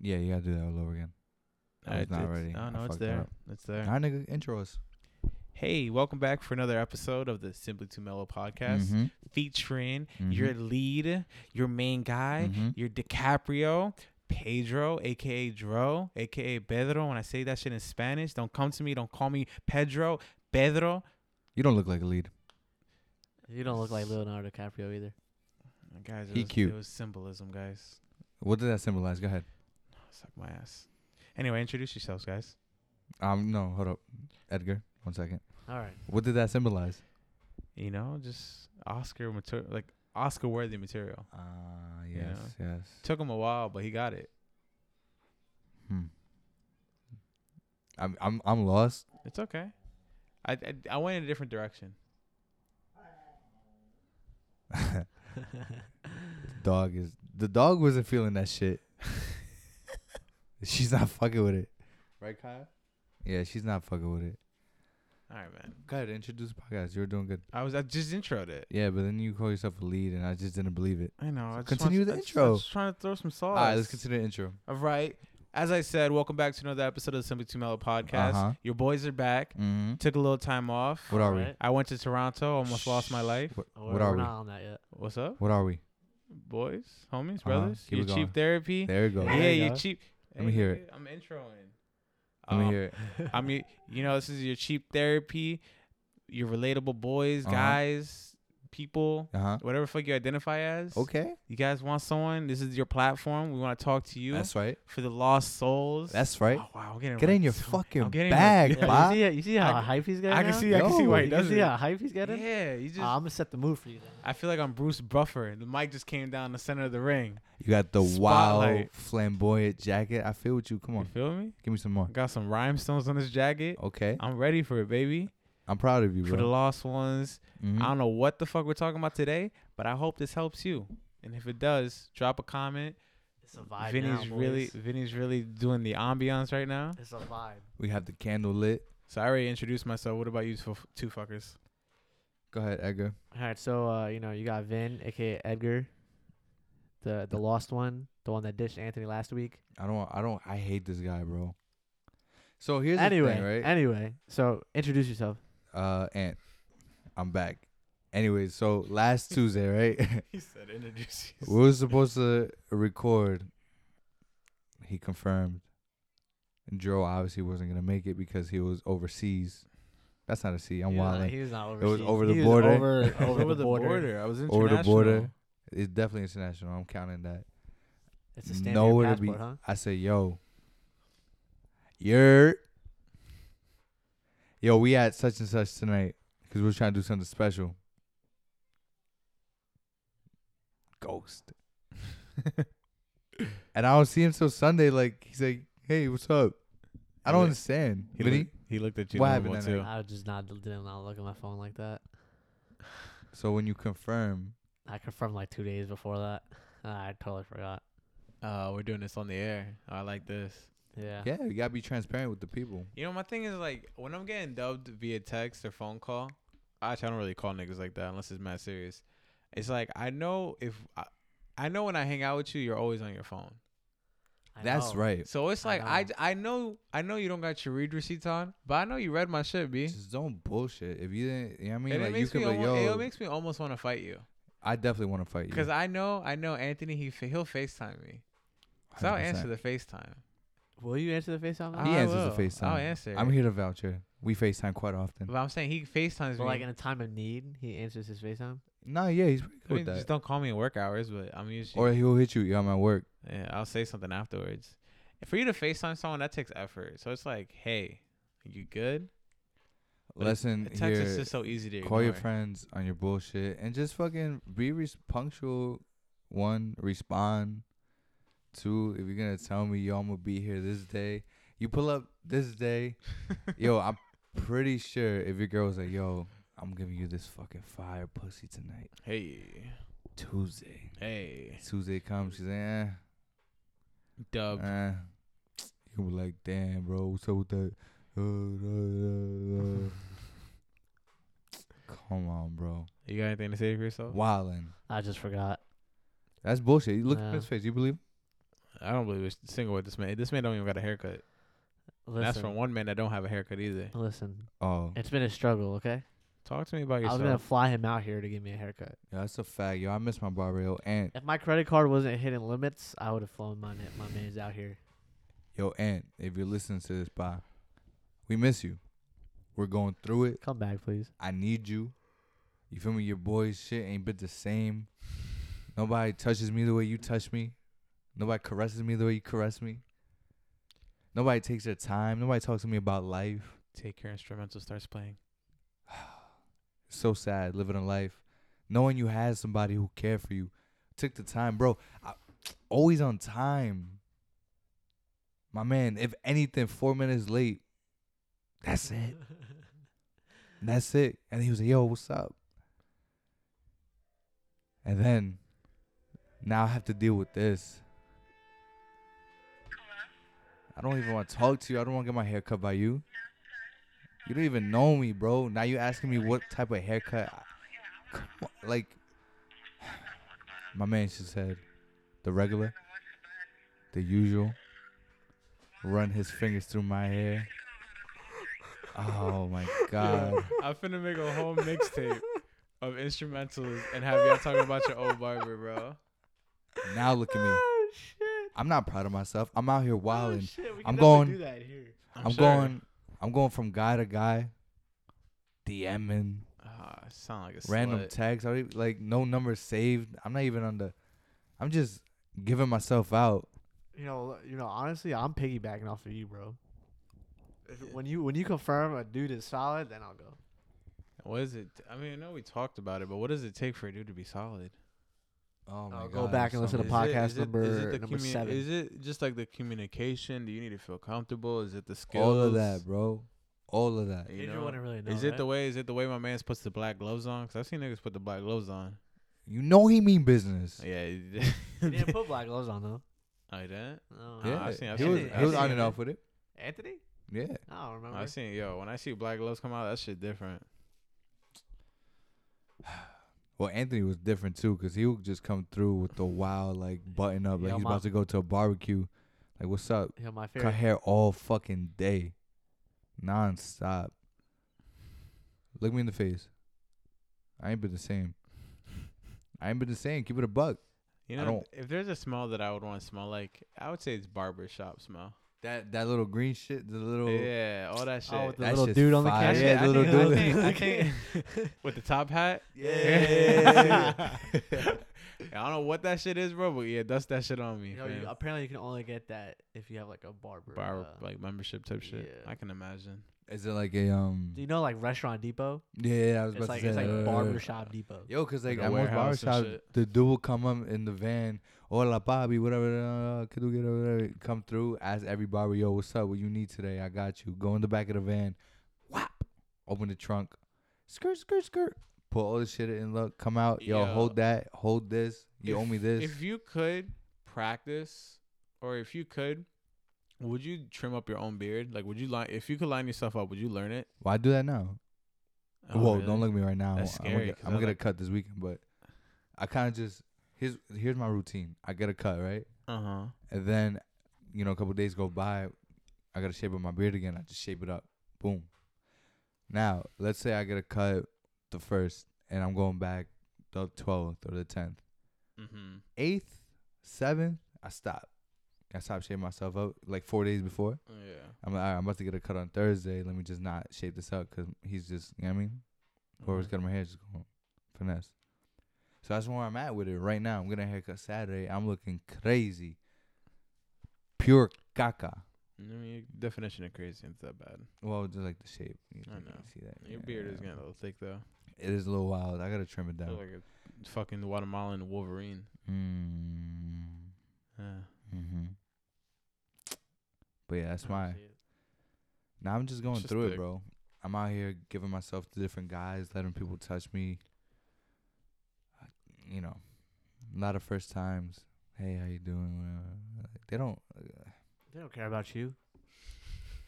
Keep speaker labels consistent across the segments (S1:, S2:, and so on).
S1: Yeah, you gotta do that all over again. I was
S2: It-
S1: not
S2: it's-
S1: ready.
S2: No,
S1: I
S2: no, it's
S1: fucked
S2: there.
S1: up.
S2: It's there.
S1: Our nigga intros.
S2: Hey, welcome back for another episode of the Simply Too Mellow podcast
S1: Mhm,
S2: featuring
S1: mhm,
S2: your lead, your main guy,
S1: mhm.
S2: your DiCaprio, Pedro, aka Dro, aka Pedro. When I say that shit in Spanish, don't come to me. Don't call me Pedro, Pedro.
S1: You don't look like a lead.
S3: You don't look like Leonardo DiCaprio either.
S2: Guys, it
S1: He
S2: was,
S1: cute.
S2: It was symbolism, guys.
S1: What did that symbolize? Go ahead.
S2: Oh, Suck my ass. Anyway, introduce yourselves, guys.
S1: Um, no, hold up, Edgar. One second.
S3: All right.
S1: What did that symbolize?
S2: You know, just Oscar material, like Oscar worthy material.
S1: Ah,
S2: Yeah.
S1: yes, yes.
S2: Took him a while, but he got it.
S1: Hmm. I'm, I'm, I'm lost.
S2: It's okay. I, I I went in a different direction.
S1: Dog is the dog wasn't feeling that shit. she's not fucking with it.
S2: Right, Kyle?
S1: Yeah, she's not fucking with it.
S2: All right, man.
S1: Go ahead, introduce the podcast. You were doing good.
S2: I was I just introed it.
S1: Yeah, but then you call yourself a lead, and I just didn't believe it.
S2: I know. I just
S1: continue the
S2: wanna- I just-
S1: intro.
S2: I'm just trying to throw some sauce.
S1: All right, let's continue the intro.
S2: All right. As I said, welcome back to another episode of the Simply Two Mellow podcast.
S1: Uh-huh.
S2: Your boys are back.
S1: Mm-hmm.
S2: Took a little time off.
S1: What are we?
S3: Alright.
S2: I went to Toronto. Almost lost my life.
S1: What,
S3: Oh,
S1: what
S3: we're,
S1: are
S3: we're
S1: we?
S3: not on that yet.
S2: What's up,
S1: What are we?
S2: boys, homies,
S1: Uh-huh.
S2: brothers?
S1: Keep
S2: Your
S1: it
S2: cheap
S1: going.
S2: therapy.
S1: There you go.
S3: There
S2: yeah,
S3: you
S2: your
S3: go.
S2: cheap.
S1: Let me hear
S2: nigga, I'm introing.
S1: Let me
S2: Um,
S1: hear it.
S2: I'm your, you know, this is your cheap therapy, your relatable boys,
S1: Uh-huh.
S2: guys, people,
S1: Uh huh.
S2: whatever fuck you identify as.
S1: Okay.
S2: You guys want someone? This is your platform. We want to talk to you
S1: That's right.
S2: for the lost souls.
S1: That's right.
S2: Oh, wow, I'm getting
S1: Get
S2: right
S1: in your
S2: to it.
S1: fucking
S2: I'm getting
S1: bag,
S2: right-
S3: Yeah,
S1: Bob.
S3: you, see, how- you see
S2: I
S3: how
S2: can-
S3: hype he's getting?
S2: I can
S3: now?
S2: see. I can see
S1: Yo,
S2: why he
S3: You can
S2: does
S3: see
S2: it.
S3: how hype he's getting?
S2: Yeah, you just.
S3: I'm
S1: Um,
S3: gonna set the mood for you. Then.
S2: I feel like I'm Bruce Buffer. The mic just came down the center of the ring.
S1: You got the wild,
S2: Spotlight.
S1: flamboyant jacket. I feel with you. Come
S2: You
S1: on,
S2: feel me?
S1: give me some more.
S2: Got some rhinestones on this jacket.
S1: Okay,
S2: I'm ready for it, baby.
S1: I'm proud of you,
S2: For the
S1: bro.
S2: lost ones.
S1: Mhm.
S2: I don't know what the fuck we're talking about today, but I hope this helps you. And if it does, drop a comment.
S3: It's a vibe.
S2: Vinny's
S3: now,
S2: really
S3: boys.
S2: Vinny's really doing the ambiance right now.
S3: It's a vibe.
S1: We have the candle lit.
S2: So I already introduced myself. What about you f- two fuckers?
S1: Go ahead, Edgar.
S3: All right, so uh, you know you got Vin, aka Edgar, the the lost one, the one that ditched Anthony last week.
S1: I don't. I don't. I hate this guy, bro. So here's
S3: anyway,
S1: the thing, right?
S3: anyway, so introduce yourself.
S1: uh, Ant, I'm back. Anyways, so last Tuesday, right?
S2: He said introduce
S1: we were supposed to record. He confirmed. Joe obviously wasn't gonna make it because he was overseas. That's not a C. I'm
S3: He was not-
S1: wilding.
S3: He was not
S1: was
S3: overseas.
S1: over the
S3: He was
S1: border.
S3: Over,
S2: over,
S3: over the border.
S2: I was
S1: over the border.
S2: international.
S1: It's definitely international. I'm counting that.
S3: It's a standard
S1: Nowhere to
S3: passport,
S1: be-
S3: huh?
S1: I say, yo, you're, yo, we at such and such tonight because we're trying to do something special. Ghost. and I don't see him till Sunday. Like he's like, hey, what's up? I
S2: He
S1: don't
S2: look-
S1: understand.
S2: He,
S1: Vinny?
S2: look- he looked at you.
S1: What
S2: normal
S1: happened then,
S2: too.
S3: I was just not did not look at my phone like that.
S1: so when you confirm,
S3: I confirmed like two days before that. and I totally forgot.
S2: Uh, we're doing this on the air. I like this.
S3: Yeah.
S1: yeah, you gotta be transparent with the people.
S2: You know, my thing is like when I'm getting dubbed via text or phone call. Actually, I don't really call niggas like that unless it's mad serious. It's like I know if I, I know when I hang out with you, you're always on your phone.
S3: I
S1: That's
S3: know.
S1: right.
S2: So it's
S3: I
S2: like I,
S3: know.
S2: j- I know I know you don't got your read receipts on, but I know you read my shit, b.
S1: Just don't bullshit. If you didn't, you know what I mean,
S2: And it
S1: like you
S2: makes
S1: could
S2: me
S1: be,
S2: almost,
S1: yo,
S2: it makes me almost want to fight you
S1: I definitely want to fight you.
S2: because I know I know Anthony he fa- he'll Facetime me, so I'll
S1: 100%.
S2: answer the Facetime.
S3: Will you answer the FaceTime?
S2: I
S1: He answers the
S2: will.
S1: FaceTime.
S2: I'll answer
S1: I'm
S2: it.
S1: here to voucher. We FaceTime quite often.
S2: But I'm saying he Facetimes
S3: But
S2: me.
S3: like in a time of need, he answers his FaceTime.
S1: No, yeah, he's pretty
S2: I
S1: good
S2: mean,
S1: with
S2: just
S1: that.
S2: don't call me in work hours, but I'm usually.
S1: Or he'll hit you. Yeah, I'm at work.
S2: yeah, I'll say something afterwards. And For you to FaceTime someone, that takes effort. So it's like, hey, you good? But it-
S1: Listen
S2: Text is
S1: here.
S2: just so easy to
S1: Call your
S2: ignore.
S1: friends on your bullshit and just fucking be res- punctual. One, respond. Two, if you're gonna tell me yo, I'm gonna be here this day. You pull up this day. yo, I'm pretty sure if your girl's like, yo, I'm giving you this fucking fire pussy tonight.
S2: Hey,
S1: Tuesday.
S2: hey,
S1: Tuesday comes, she's like, eh.
S2: Dub.
S1: Uh, you be like, damn, bro, what's up with that? Uh, uh, uh, uh." Come on, bro.
S2: you got anything to say for yourself?
S1: Wildin'.
S3: I just forgot.
S1: That's bullshit. You look at
S3: Yeah.
S1: his face. You believe? him?
S2: I don't believe a single word this man. This man don't even got a haircut.
S3: Listen,
S2: That's from one man that don't have a haircut either.
S3: listen.
S1: Oh,
S3: It's been a struggle, okay?
S2: Talk to me about
S3: I
S2: yourself.
S3: was gonna fly him out here to give me a haircut.
S1: yeah, that's a fact, yo. I miss my barber, yo. Aunt,
S3: If my credit card wasn't hitting limits, I would have flown my ma- my man's out here.
S1: yo, Aunt. If you're listening to this, bye. We miss you. We're going through it.
S3: Come back, please.
S1: I need you. You feel me? Your boy's shit ain't been the same. Nobody touches me the way you touch me. Nobody caresses me the way you caress me. Nobody takes their time. Nobody talks to me about life.
S2: Take your instrumental, starts playing.
S1: So sad living a life, knowing you had somebody who cared for you, took the time, bro. I, always on time. My man, if anything, four minutes late. That's it. That's it. And he was like, yo, what's up? And then now I have to deal with this. I don't even want to talk to you. I don't want to get my hair cut by you. You don't even know me, bro. Now you asking me what type of haircut. I- Come on, like, my man just said, the regular, the usual. Run his fingers through my hair. Oh my god.
S2: I'm finna make a whole mixtape of instrumentals and have y'all talking about your old barber, bro.
S1: Now look at me.
S3: Oh shit. Oh,
S1: I'm not proud of myself. I'm out here wilding.
S3: shit. We
S1: can I'm definitely going- do
S3: that here.
S1: I'm, going. I'm going from guy to guy, DMing,
S2: Ah, I sound like a
S1: random
S2: slut.
S1: tags. I don't even- like no numbers saved. I'm not even on the. I'm just giving myself out.
S3: You know, you know. Honestly, I'm piggybacking off of you, bro. If, When you when you confirm a dude is solid, then I'll go.
S2: what is it? I mean, I know we talked about it, but what does it take for a dude to be solid?
S1: Oh my
S3: I'll
S1: god.
S3: go back and
S1: there's
S3: listen to
S1: so many-
S2: Is it-
S3: podcast
S2: is it- is
S3: number-
S2: it the
S3: number
S2: commu-
S3: seven.
S2: Is it just like the communication? Do you need to feel comfortable? Is it the skills?
S1: All of that, bro. All of that.
S2: You
S3: Andrew
S2: know?
S3: wouldn't really know.
S2: Is it the way? Is it the way my man's puts the black gloves on? Cause I've seen niggas put the black gloves on.
S1: You know he mean business.
S2: Yeah.
S3: He didn't put black gloves on though.
S2: I didn't.
S3: No.
S1: Yeah,
S2: I've seen- I've
S1: he
S2: seen
S1: was
S2: it.
S1: he was
S2: I've
S1: on
S2: seen
S1: and
S2: it.
S1: off with it.
S3: Anthony?
S1: Yeah.
S3: I don't remember.
S2: I seen yo. When I see black gloves come out, that shit different.
S1: Well, Anthony was different too, cause he would just come through with the wild like button up, like
S3: Yo,
S1: he's
S3: my-
S1: about to go to a barbecue. Like, what's up?
S3: Yeah, my
S1: cut
S3: favorite.
S1: hair all fucking day, nonstop. Look me in the face. I ain't been the same. I ain't been the same. Keep it a buck.
S2: You
S1: I
S2: know,
S1: don't-
S2: if there's a smell that I would want to smell like, I would say it's barber shop smell.
S1: That that little green shit, the little
S2: Yeah, all that shit.
S3: Oh, with the
S1: That
S3: little
S1: shit's
S3: dude on the
S1: fire. Yeah,
S3: cat.
S2: yeah,
S1: the
S2: I
S1: little
S2: think- I
S1: dude.
S2: think- I think- with the top hat.
S1: Yeah.
S2: I don't know what that shit is, bro, but yeah, dust that shit on me.
S3: You know, you,
S2: fam.
S3: apparently you can only get that if you have like a barber.
S2: barber
S3: uh,
S2: like membership type shit.
S3: yeah.
S2: I can imagine.
S1: Is it like a um?
S3: do you know like Restaurant Depot?
S1: Yeah, yeah, I was
S3: It's
S1: about
S3: like
S1: to say uh,
S3: it's like
S1: that.
S3: Barbershop Depot.
S1: Yo, cause like
S2: Like a
S1: at most
S2: warehouse and
S1: barbershops,
S2: shit.
S1: the dude will come up in the van, hola Bobby, whatever, uh, could we get a- whatever, come through, ask every barber, yo, what's up, what you need today, I got you. Go in the back of the van, whap, open the trunk, skirt, skirt, skirt, put all the shit in, look, come out, yo,
S2: Yo.
S1: hold that, hold this, you owe me this.
S2: If you could practice, or if you could, would you trim up your own beard? Like, would you line? If you could line yourself up, would you learn it?
S1: Why do that now?
S2: Oh,
S1: Whoa,
S2: really?
S1: don't look at me right now.
S2: That's
S1: I'm gonna,
S2: scary,
S1: get,
S2: 'cause
S1: I'm
S2: I
S1: gonna get a
S2: like-
S1: cut this weekend, but I kind of just here's here's my routine. I get a cut, right?
S2: Uh huh.
S1: And then, you know, a couple days go by, I gotta shape up my beard again. I just shape it up. Boom. Now, let's say I get a cut the first and I'm going back the twelfth or the tenth.
S2: Mm-hmm.
S1: Eighth, seventh, I stop. I stop shaving myself up like four days before.
S2: Yeah.
S1: I'm like, all right, I'm about to get a cut on Thursday. Let me just not shape this up because he's just, you know what I mean? Whoever's
S2: Mhm.
S1: cutting my hair is just going finesse. So that's where I'm at with it right now. I'm getting a haircut Saturday. I'm looking crazy. Pure caca.
S2: I mean, your definition of crazy ain't that bad.
S1: Well, just like the shape. You
S2: I
S1: can
S2: know.
S1: See that.
S2: Your beard is
S1: yeah.
S2: getting a little thick though.
S1: It is a little wild. I gotta trim it
S2: Look
S1: down.
S2: like a fucking Guatemalan Wolverine.
S1: Mm.
S2: Yeah.
S1: hmm But yeah, that's my. Now I'm just going
S2: just
S1: through it,
S2: thick.
S1: bro. I'm out here giving myself to different guys, letting people touch me. I, you know, a lot of first times. Hey, how you doing? Whatever. Like, They don't.
S3: They don't care about you.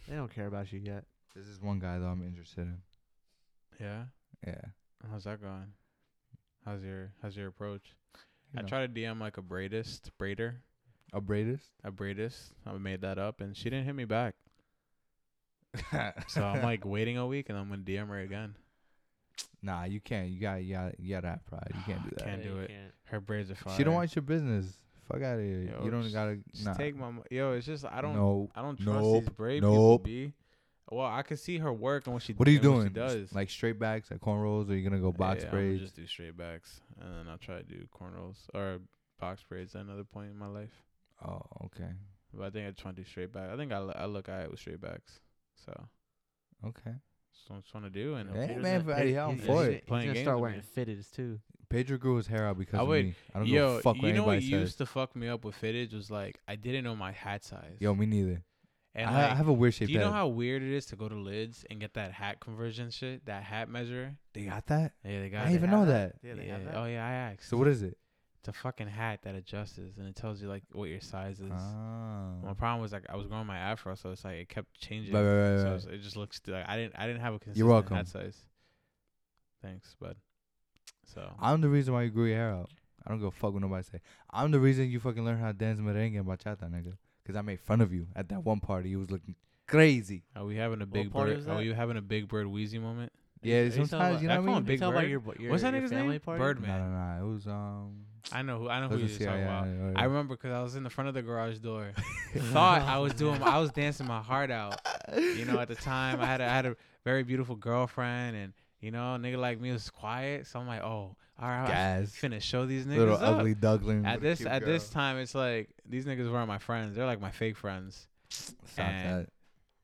S3: They don't care about you yet.
S1: This is one guy though I'm interested in.
S2: Yeah.
S1: Yeah.
S2: How's that going? How's your How's your approach?
S1: you
S2: I
S1: know.
S2: try to DM like a braidist braider.
S1: A braidist.
S2: a braidist. I made that up, and she didn't hit me back. So I'm like waiting a week, and I'm gonna DM her again.
S1: nah, you can't. You got, you got, you gotta have pride. You can't do that.
S2: Can't
S3: Yeah,
S2: do
S3: you
S2: it.
S3: can't.
S2: Her braids are fire.
S1: She don't want your business. Fuck out of here.
S2: Yo,
S1: you don't
S2: just-
S1: gotta.
S2: Just
S1: nah.
S2: take my mo- yo. It's just I don't.
S1: No.
S2: I don't trust these
S1: Nope.
S2: braid people.
S1: Nope.
S2: B. Well, I can see her work and what she.
S1: What are you
S2: and
S1: doing?
S2: She does
S1: Like straight backs, like cornrows, or you gonna go box
S2: Yeah, I'ma
S1: braids?
S2: just do straight backs, and then I'll try to do cornrows or box braids at another point in my life.
S1: Oh, okay,
S2: But I think I just want to do straight back. I think I, lo- I look alright with straight backs. So
S1: okay.
S2: that's what I just want to do. And
S1: Yeah,
S2: hopefully-
S1: Hey, man,
S3: He's gonna-
S1: Freddie,
S3: he's-
S1: I'm
S3: he's
S1: for
S3: gonna-
S1: it.
S3: He's
S2: Playing
S3: gonna
S2: games
S3: start
S2: with
S3: wearing
S2: me.
S3: fitteds too.
S1: Pedro grew his hair out because
S2: I
S1: of
S2: would-
S1: me. I don't
S2: Yo,
S1: give a fuck what
S2: you know what
S1: anybody
S2: used
S1: says.
S2: to fuck me up with fittage was like I didn't know my hat size.
S1: Yo, me neither.
S2: and
S1: I,
S2: like,
S1: I have a weird shape.
S2: do you know how weird it is to go to lids and get that hat conversion shit, that hat measure?
S1: they got that?
S2: Yeah, they
S1: I
S2: got.
S1: didn't
S2: it.
S1: even
S3: have
S1: know that.
S3: that. Yeah, they
S2: yeah.
S3: have that.
S2: Oh yeah, I asked.
S1: So what is it?
S2: It's a fucking hat that adjusts and it tells you like what your size is. My
S1: Ah.
S2: problem was like I was growing my afro, so it's like it kept changing.
S1: Right, right, right,
S2: so
S1: right.
S2: it's- it just looks like I didn't I didn't have a consistent
S1: welcome.
S2: hat size. Thanks, bud. So
S1: I'm the reason why you grew your hair out. I don't give a fuck what nobody say. I'm the reason you fucking learned how to dance merengue and bachata, nigga. Because I made fun of you at that one party. You was looking crazy.
S2: are we having a big
S3: party
S2: bird?
S3: was
S2: Are
S3: that?
S2: you having a big bird wheezy moment?
S3: Are you-
S1: Yeah,
S3: are you talking
S1: sometimes
S3: about-
S1: you know
S2: I
S1: what I
S2: call
S1: mean.
S2: him Big
S3: Tell about
S2: Bird?
S3: your bo- your-
S2: What's that
S3: your
S2: nigga's
S3: family
S2: name?
S3: party?
S1: No,
S2: Birdman.
S1: no, no. It was um.
S2: I know who I know
S1: it was
S2: who
S1: a
S2: you're
S1: CIA,
S2: talking about.
S1: yeah, yeah.
S2: I remember because I was in the front of the garage door, thought I was doing I was dancing my heart out. You know, at the time I had a, I had a very beautiful girlfriend, and you know, a nigga like me was quiet, so I'm like, oh, all right, I'm
S1: Gas.
S2: finna show these niggas
S1: little
S2: up.
S1: ugly duckling.
S2: At
S1: with a
S2: this
S1: cute
S2: at this
S1: girl.
S2: time, it's like these niggas weren't my friends. They're like my fake friends,
S1: Stop
S2: and-
S1: that.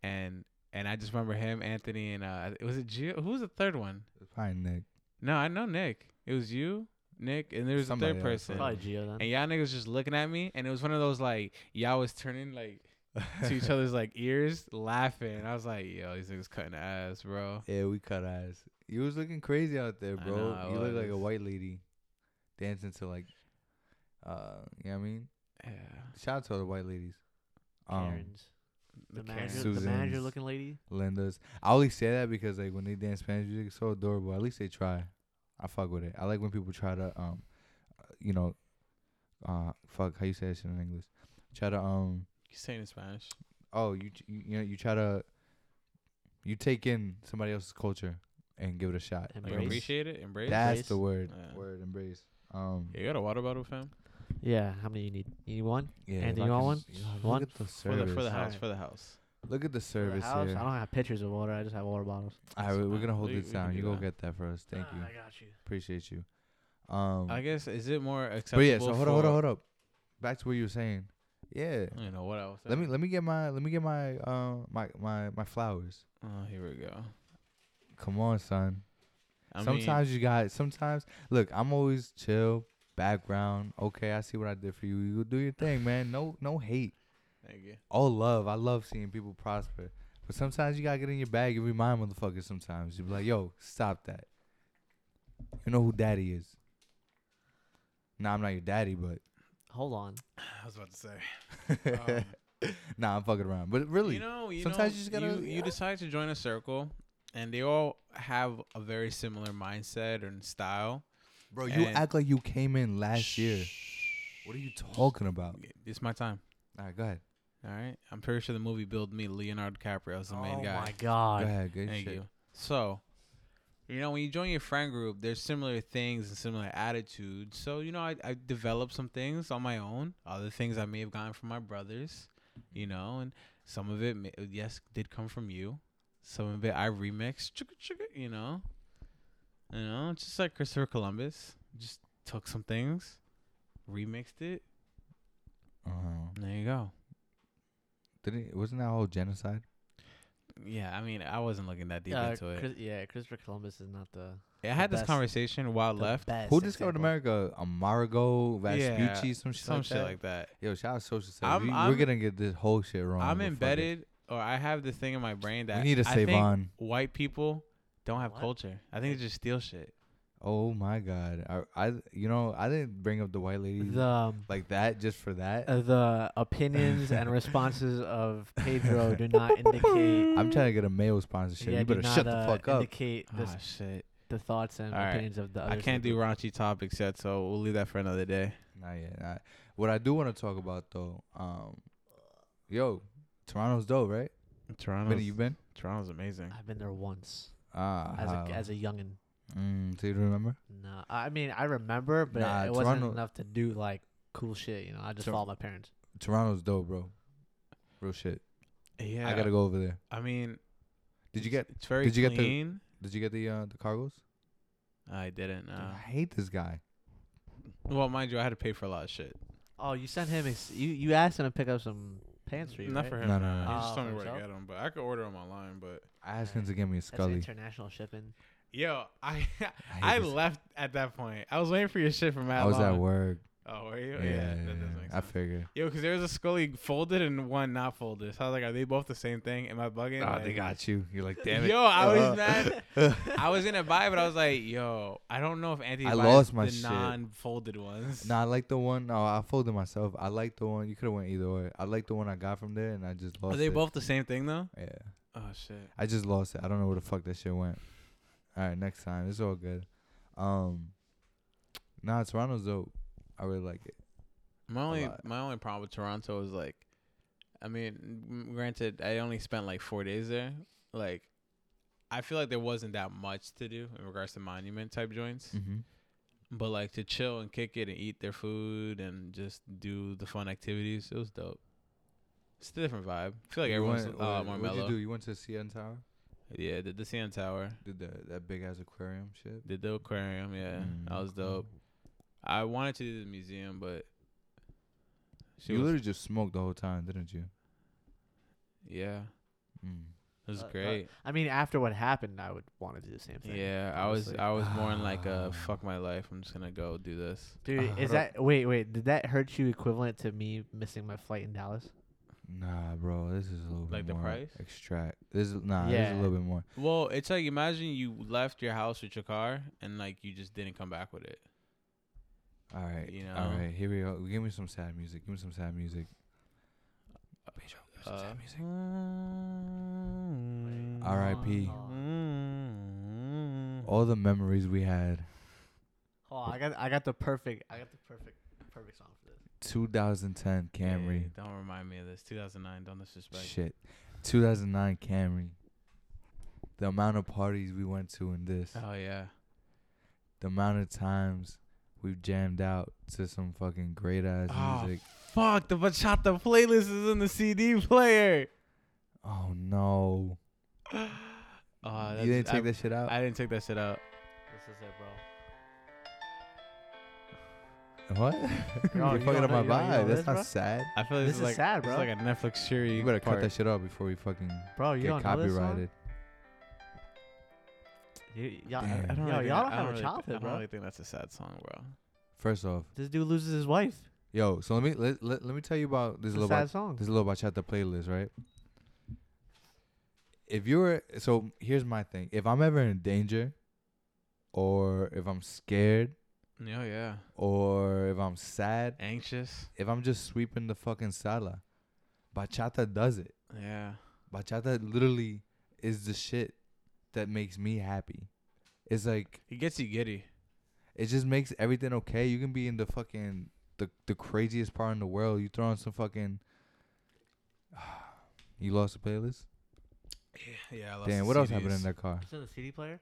S2: and and I just remember him, Anthony, and uh, was it Gio? Who was the third one?
S1: It's probably Nick.
S2: No, I know Nick. It was you, Nick, and there was a
S1: Somebody
S2: third
S1: else,
S2: person.
S1: yeah.
S3: Probably Geo then.
S2: And y'all niggas just looking at me, and it was one of those like y'all was turning like to each other's like ears, laughing. And I was like, yo, these niggas cutting the ass, bro.
S1: Yeah, we cut eyes. You was looking crazy out there,
S2: I
S1: bro.
S2: know, I
S1: you look like a
S2: was.
S1: white lady dancing to like, uh, you know what I mean?
S2: Yeah,
S1: Shout out to all the white ladies. Um,
S3: Karen's. The manager, the
S1: Susan.
S3: manager
S1: Susans.
S3: looking lady.
S1: Linda's. I only say that because like when they dance Spanish music, it's so adorable. At least they try. I fuck with it. I like when people try to um, uh, you know, uh, fuck how you say that shit in English. Try to um,
S2: you saying in Spanish?
S1: oh you t- you you know you try to, you take in somebody else's culture and give it a shot.
S2: Like
S3: Embrace.
S2: appreciate it, embrace.
S1: That's
S3: Embrace.
S1: the word.
S2: Yeah.
S1: Word embrace. Um,
S2: Yeah, you got a water bottle, fam?
S3: Yeah, how many you need? You need one?
S1: yeah.
S3: Anthony,
S1: if
S3: you
S1: I
S3: want
S1: could
S3: one?
S1: just- you know, look
S3: One?
S1: at the
S2: For the,
S1: service.
S2: for the house,
S3: Alright.
S2: for the house.
S1: Look at the
S3: For the
S1: service
S3: house?
S1: here.
S3: I don't have pitchers of water. I just have water bottles.
S1: All right, we're gonna hold
S2: We-
S1: this
S2: we can
S1: down.
S2: do
S1: You go
S2: that.
S1: get that for us. Thank you.
S3: Ah, I got you.
S1: Appreciate you. Um,
S2: I guess is it more
S1: but
S2: acceptable?
S1: yeah. So hold up, hold up,
S2: for-
S1: hold up. Back to what you were saying. Yeah.
S2: I don't know what else.
S1: Let me let me get my let me get my uh my my my flowers.
S2: Oh, here we go.
S1: Come on, son.
S2: I
S1: sometimes you got sometimes look. I'm always chill. Background. Okay, I see what I did for you. You do your thing, man. No no hate.
S2: mean, thank you.
S1: all love. I love seeing people prosper. But sometimes you gotta get in your bag and remind motherfuckers sometimes. You be like, yo, stop that. You know who daddy is. Nah, I'm not your daddy, but
S3: Hold on.
S1: Oh
S2: I was about to say. Um,
S1: nah, I'm fucking around. But really,
S2: You know, you
S1: Sometimes
S2: know,
S1: you just gotta-
S2: You, you decide to join a circle, and they all have a very similar mindset and style.
S1: bro, you
S2: and-
S1: act like you came in last year. What are you talking about?
S2: It's my time.
S1: All right, go ahead.
S2: All right. I'm pretty sure the movie Build Me, Leonardo DiCaprio is the main
S3: oh
S2: guy.
S3: my
S1: Go
S3: god.
S1: ahead. Good
S2: Thank
S1: shit.
S2: you. So, you know, when you join your friend group, there's similar things and similar attitudes. So, you know, I, I developed some things on my own, other things I may have gotten from my brothers, you know, and some of it, may, yes, did come from you. Some of it I remixed, chugga chugga, you know. You know, just like Christopher Columbus, just took some things, remixed it,
S1: Uh,
S2: and there you go.
S1: didn't it- wasn't that whole genocide?
S2: Yeah, I mean, I wasn't looking that deep
S3: Uh,
S2: into it.
S3: Chris- yeah, Christopher Columbus is not the,
S2: I had this
S3: best-
S2: conversation while
S3: the
S2: left,
S3: best
S1: Who discovered
S3: example.
S1: America? Amerigo Vespucci,
S2: Yeah,
S1: some shit,
S2: some
S1: like,
S2: shit
S1: that?
S2: like that.
S1: Yo, shout out social
S2: I'm-
S1: studies. We,
S2: I'm-
S1: are gonna get this whole shit wrong. but
S2: I'm
S1: fuck it.
S2: embedded, or I have this thing in my brain that
S1: We need a
S2: I think
S1: Savon.
S2: white people don't have
S3: What?
S2: culture. I think they just steal shit.
S1: Oh my god. I, I you know, I didn't bring up the white lady
S3: The um,
S1: like that just for that.
S3: uh, the opinions and responses of Pedro do not indicate.
S1: I'm trying to get a male sponsorship.
S3: yeah,
S1: you
S3: do
S1: better
S3: not,
S1: shut
S3: uh,
S1: the fuck up.
S3: Indicate the,
S2: Ah, shit.
S3: the thoughts and
S2: All right.
S3: opinions of the.
S2: I
S3: others in
S2: can't
S3: the
S2: do
S3: group.
S2: raunchy topics yet, so we'll leave that for another day.
S1: Not yet. Not. What I do want to talk about though, um, yo, Toronto's dope, right? Benny,
S2: Toronto's,
S1: you been?
S2: Toronto's amazing.
S3: I've been there once
S1: Ah,
S3: as
S2: Uh-huh.
S1: how?
S3: a as a youngin.
S1: mm, do you remember?
S3: No, I mean I remember, but
S1: Nah,
S3: it wasn't
S1: Toronto-
S3: enough to do like cool shit. You know, I just
S1: Tor-
S3: followed my parents.
S1: Toronto's dope, bro. Real shit.
S2: Yeah,
S1: I gotta go over there.
S2: I mean,
S1: Did you
S2: it's-
S1: get?
S2: It's very
S1: did you get the-
S2: clean.
S1: Did you get the uh, the cargos?
S2: I didn't.
S1: Dude,
S2: Uh,
S1: I hate this guy.
S2: well, mind you, I had to pay for a lot of shit.
S3: Oh, you sent him. Ex- you you asked him to pick up some pants for you.
S2: Not
S3: right?
S2: for him.
S1: No,
S2: No,
S1: no, no.
S2: He just
S3: Oh,
S2: told me
S3: for
S2: where to
S3: himself?
S2: get them, but I could order them online. But
S1: I asked him to get me a
S3: That's
S1: Scully.
S3: international shipping.
S2: yo, I
S1: hate
S2: I
S1: this-
S2: left at that point. I was waiting for your shit from that.
S1: I was at
S2: long.
S1: work.
S2: Oh, were you?
S1: Yeah,
S2: Yeah, that does
S1: yeah,
S2: make
S1: I
S2: sense.
S1: figured.
S2: Yo, because there was a Scully folded and one not folded. So I was like, are they both the same thing? Am I bugging?
S1: Oh,
S2: Like-
S1: they got you. You're like, damn it.
S2: Yo, I was
S1: Uh,
S2: mad. I was gonna buy, it, but I was like, yo, I don't know if Anthony.
S1: I
S2: buys
S1: lost my
S2: the
S1: shit.
S2: non-folded ones.
S1: nah, I like the one. No, I folded myself. I like the one. You could have went either way. I like the one I got from there, and I just lost.
S2: Are they
S1: it.
S2: both the same thing though?
S1: Yeah,
S2: Oh shit.
S1: I just lost it. I don't know where the fuck that shit went. All right, next time it's all good. Um, nah, Toronto's dope. I really like it.
S2: My only
S1: lot.
S2: my only problem with Toronto is like, I mean, m- granted, I only spent like four days there. Like, I feel like there wasn't that much to do in regards to monument type joints,
S1: Mm-hmm.
S2: but like to chill and kick it and eat their food and just do the fun activities, it was dope. It's a different vibe. I feel like everyone's uh, more
S1: What'd you
S2: mellow.
S1: do? You went to CN Tower?
S2: Yeah, did the sand tower,
S1: Did the that big ass aquarium shit?
S2: did the aquarium. Yeah, that
S1: Mm.
S2: was dope. I wanted to do the museum, but she
S1: you
S2: was,
S1: literally just smoked the whole time, didn't you?
S2: yeah,
S1: Mm.
S2: it was
S3: Uh, uh,
S2: great.
S3: I mean, after what happened, I would want to do the same thing.
S2: Yeah, I was
S3: honestly.
S2: I was more in like a
S1: Ah.
S2: fuck my life. I'm just gonna go do this.
S3: Dude,
S1: Uh,
S3: is
S1: hold
S3: that wait wait? Did that hurt you equivalent to me missing my flight in Dallas?
S1: Nah, bro, this is a little
S2: Like
S1: bit
S2: the
S1: more
S2: price?
S1: extract. This is nah, this is
S3: Yeah.
S1: a little bit more.
S2: Well, it's like imagine you left your house with your car and like you just didn't come back with it.
S1: All right,
S2: You know?
S1: all right. Here we go. Give me some sad music. Give me some sad music. Pedro, give me some sad music.
S2: Mm.
S1: R.I.P. All the memories we had.
S3: Oh, I got I got the perfect I got the perfect perfect song for this.
S1: 2010 Camry.
S2: Hey, don't remind me of this. 2009. Don't disrespect.
S1: Shit. 2009 Camry. The amount of parties we went to in this.
S3: Uh-huh.
S2: Oh yeah.
S1: The amount of times we've jammed out to some fucking great ass
S3: Ah.
S2: Oh,
S1: music.
S2: Fuck the bachata playlist is in the CD player.
S1: Oh no.
S2: Oh,
S3: Ah,
S2: Ah, that's,
S1: you didn't take
S2: I,
S1: that shit out.
S2: I didn't take that shit out.
S3: This is it, bro.
S1: what?
S3: Yo,
S1: You're
S3: you
S1: fucking
S3: don't
S1: up my
S3: know-
S1: vibe.
S3: you don't- you don't know
S1: That's
S3: this,
S1: not
S3: bro?
S1: sad.
S2: I feel like this,
S3: This is
S2: like,
S3: sad,
S2: This is
S3: bro.
S2: like a Netflix series.
S1: You better cut that shit off before we fucking
S3: Bro, you
S1: get
S3: don't know this song?
S1: copyrighted.
S3: You, y'all,
S1: Damn.
S3: I don't yo,
S2: really
S3: y'all
S2: think-
S3: don't
S2: I
S3: have a
S2: really thi-
S3: childhood,
S2: I
S3: bro.
S2: don't really think that's a sad song, bro.
S1: First off,
S3: This dude loses his wife.
S1: yo, so let me let, let, let me tell you about this
S3: It's a
S1: little
S3: sad
S1: bach-
S3: song.
S1: this little bachata playlist, right? If you're so here's my thing. If I'm ever in danger or if I'm scared
S2: No, yeah.
S1: or if I'm sad,
S2: Anxious.
S1: if I'm just sweeping the fucking sala, bachata does it.
S2: Yeah.
S1: Bachata literally is the shit that makes me happy. It's like
S2: It gets you giddy.
S1: it just makes everything okay. You can be in the fucking the the craziest part in the world. You throw on some fucking. You lost the playlist.
S2: Yeah. yeah I lost
S1: Damn,
S2: the
S1: what else happened in
S2: CDs.
S1: that car?
S3: It's in the CD player.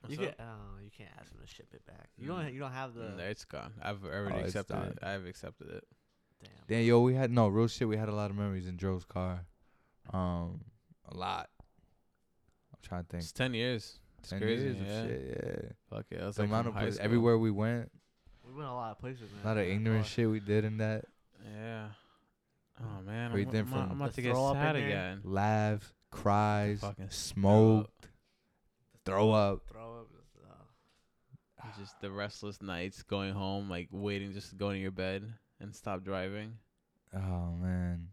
S2: What's
S3: You can,
S2: up?
S3: oh, you can't ask him to ship it back. You
S2: Mm.
S3: don't you don't have the
S2: Mm, It's gone. I've already
S1: Oh, it's
S2: accepted
S1: done.
S2: it. I've accepted it.
S3: damn.
S1: Damn, yo, we had no real shit. We had a lot of memories in Joe's car. Um, a lot. I'm trying to think.
S2: It's ten years. It's
S1: 10
S2: crazy.
S1: years of
S2: yeah.
S1: shit, yeah.
S2: Fuck it. That's
S1: The
S2: like
S1: amount
S2: from
S1: of
S2: high
S1: places,
S2: school. Mm,
S1: everywhere we went,
S3: We went a lot of places, man.
S1: a lot of
S3: Oh,
S1: ignorant shit we did in that.
S2: Yeah. Oh man, I'm,
S1: Everything
S2: I'm,
S1: from-
S2: I'm about
S3: The
S2: to get
S3: throw up in
S2: sad
S3: there.
S2: again.
S1: Laughs, cries,
S2: Fucking
S1: smoked, throw up.
S3: Throw up. is, uh,
S2: It's Just the restless nights, going home, like waiting just to go to your bed and stop driving.
S1: Oh man,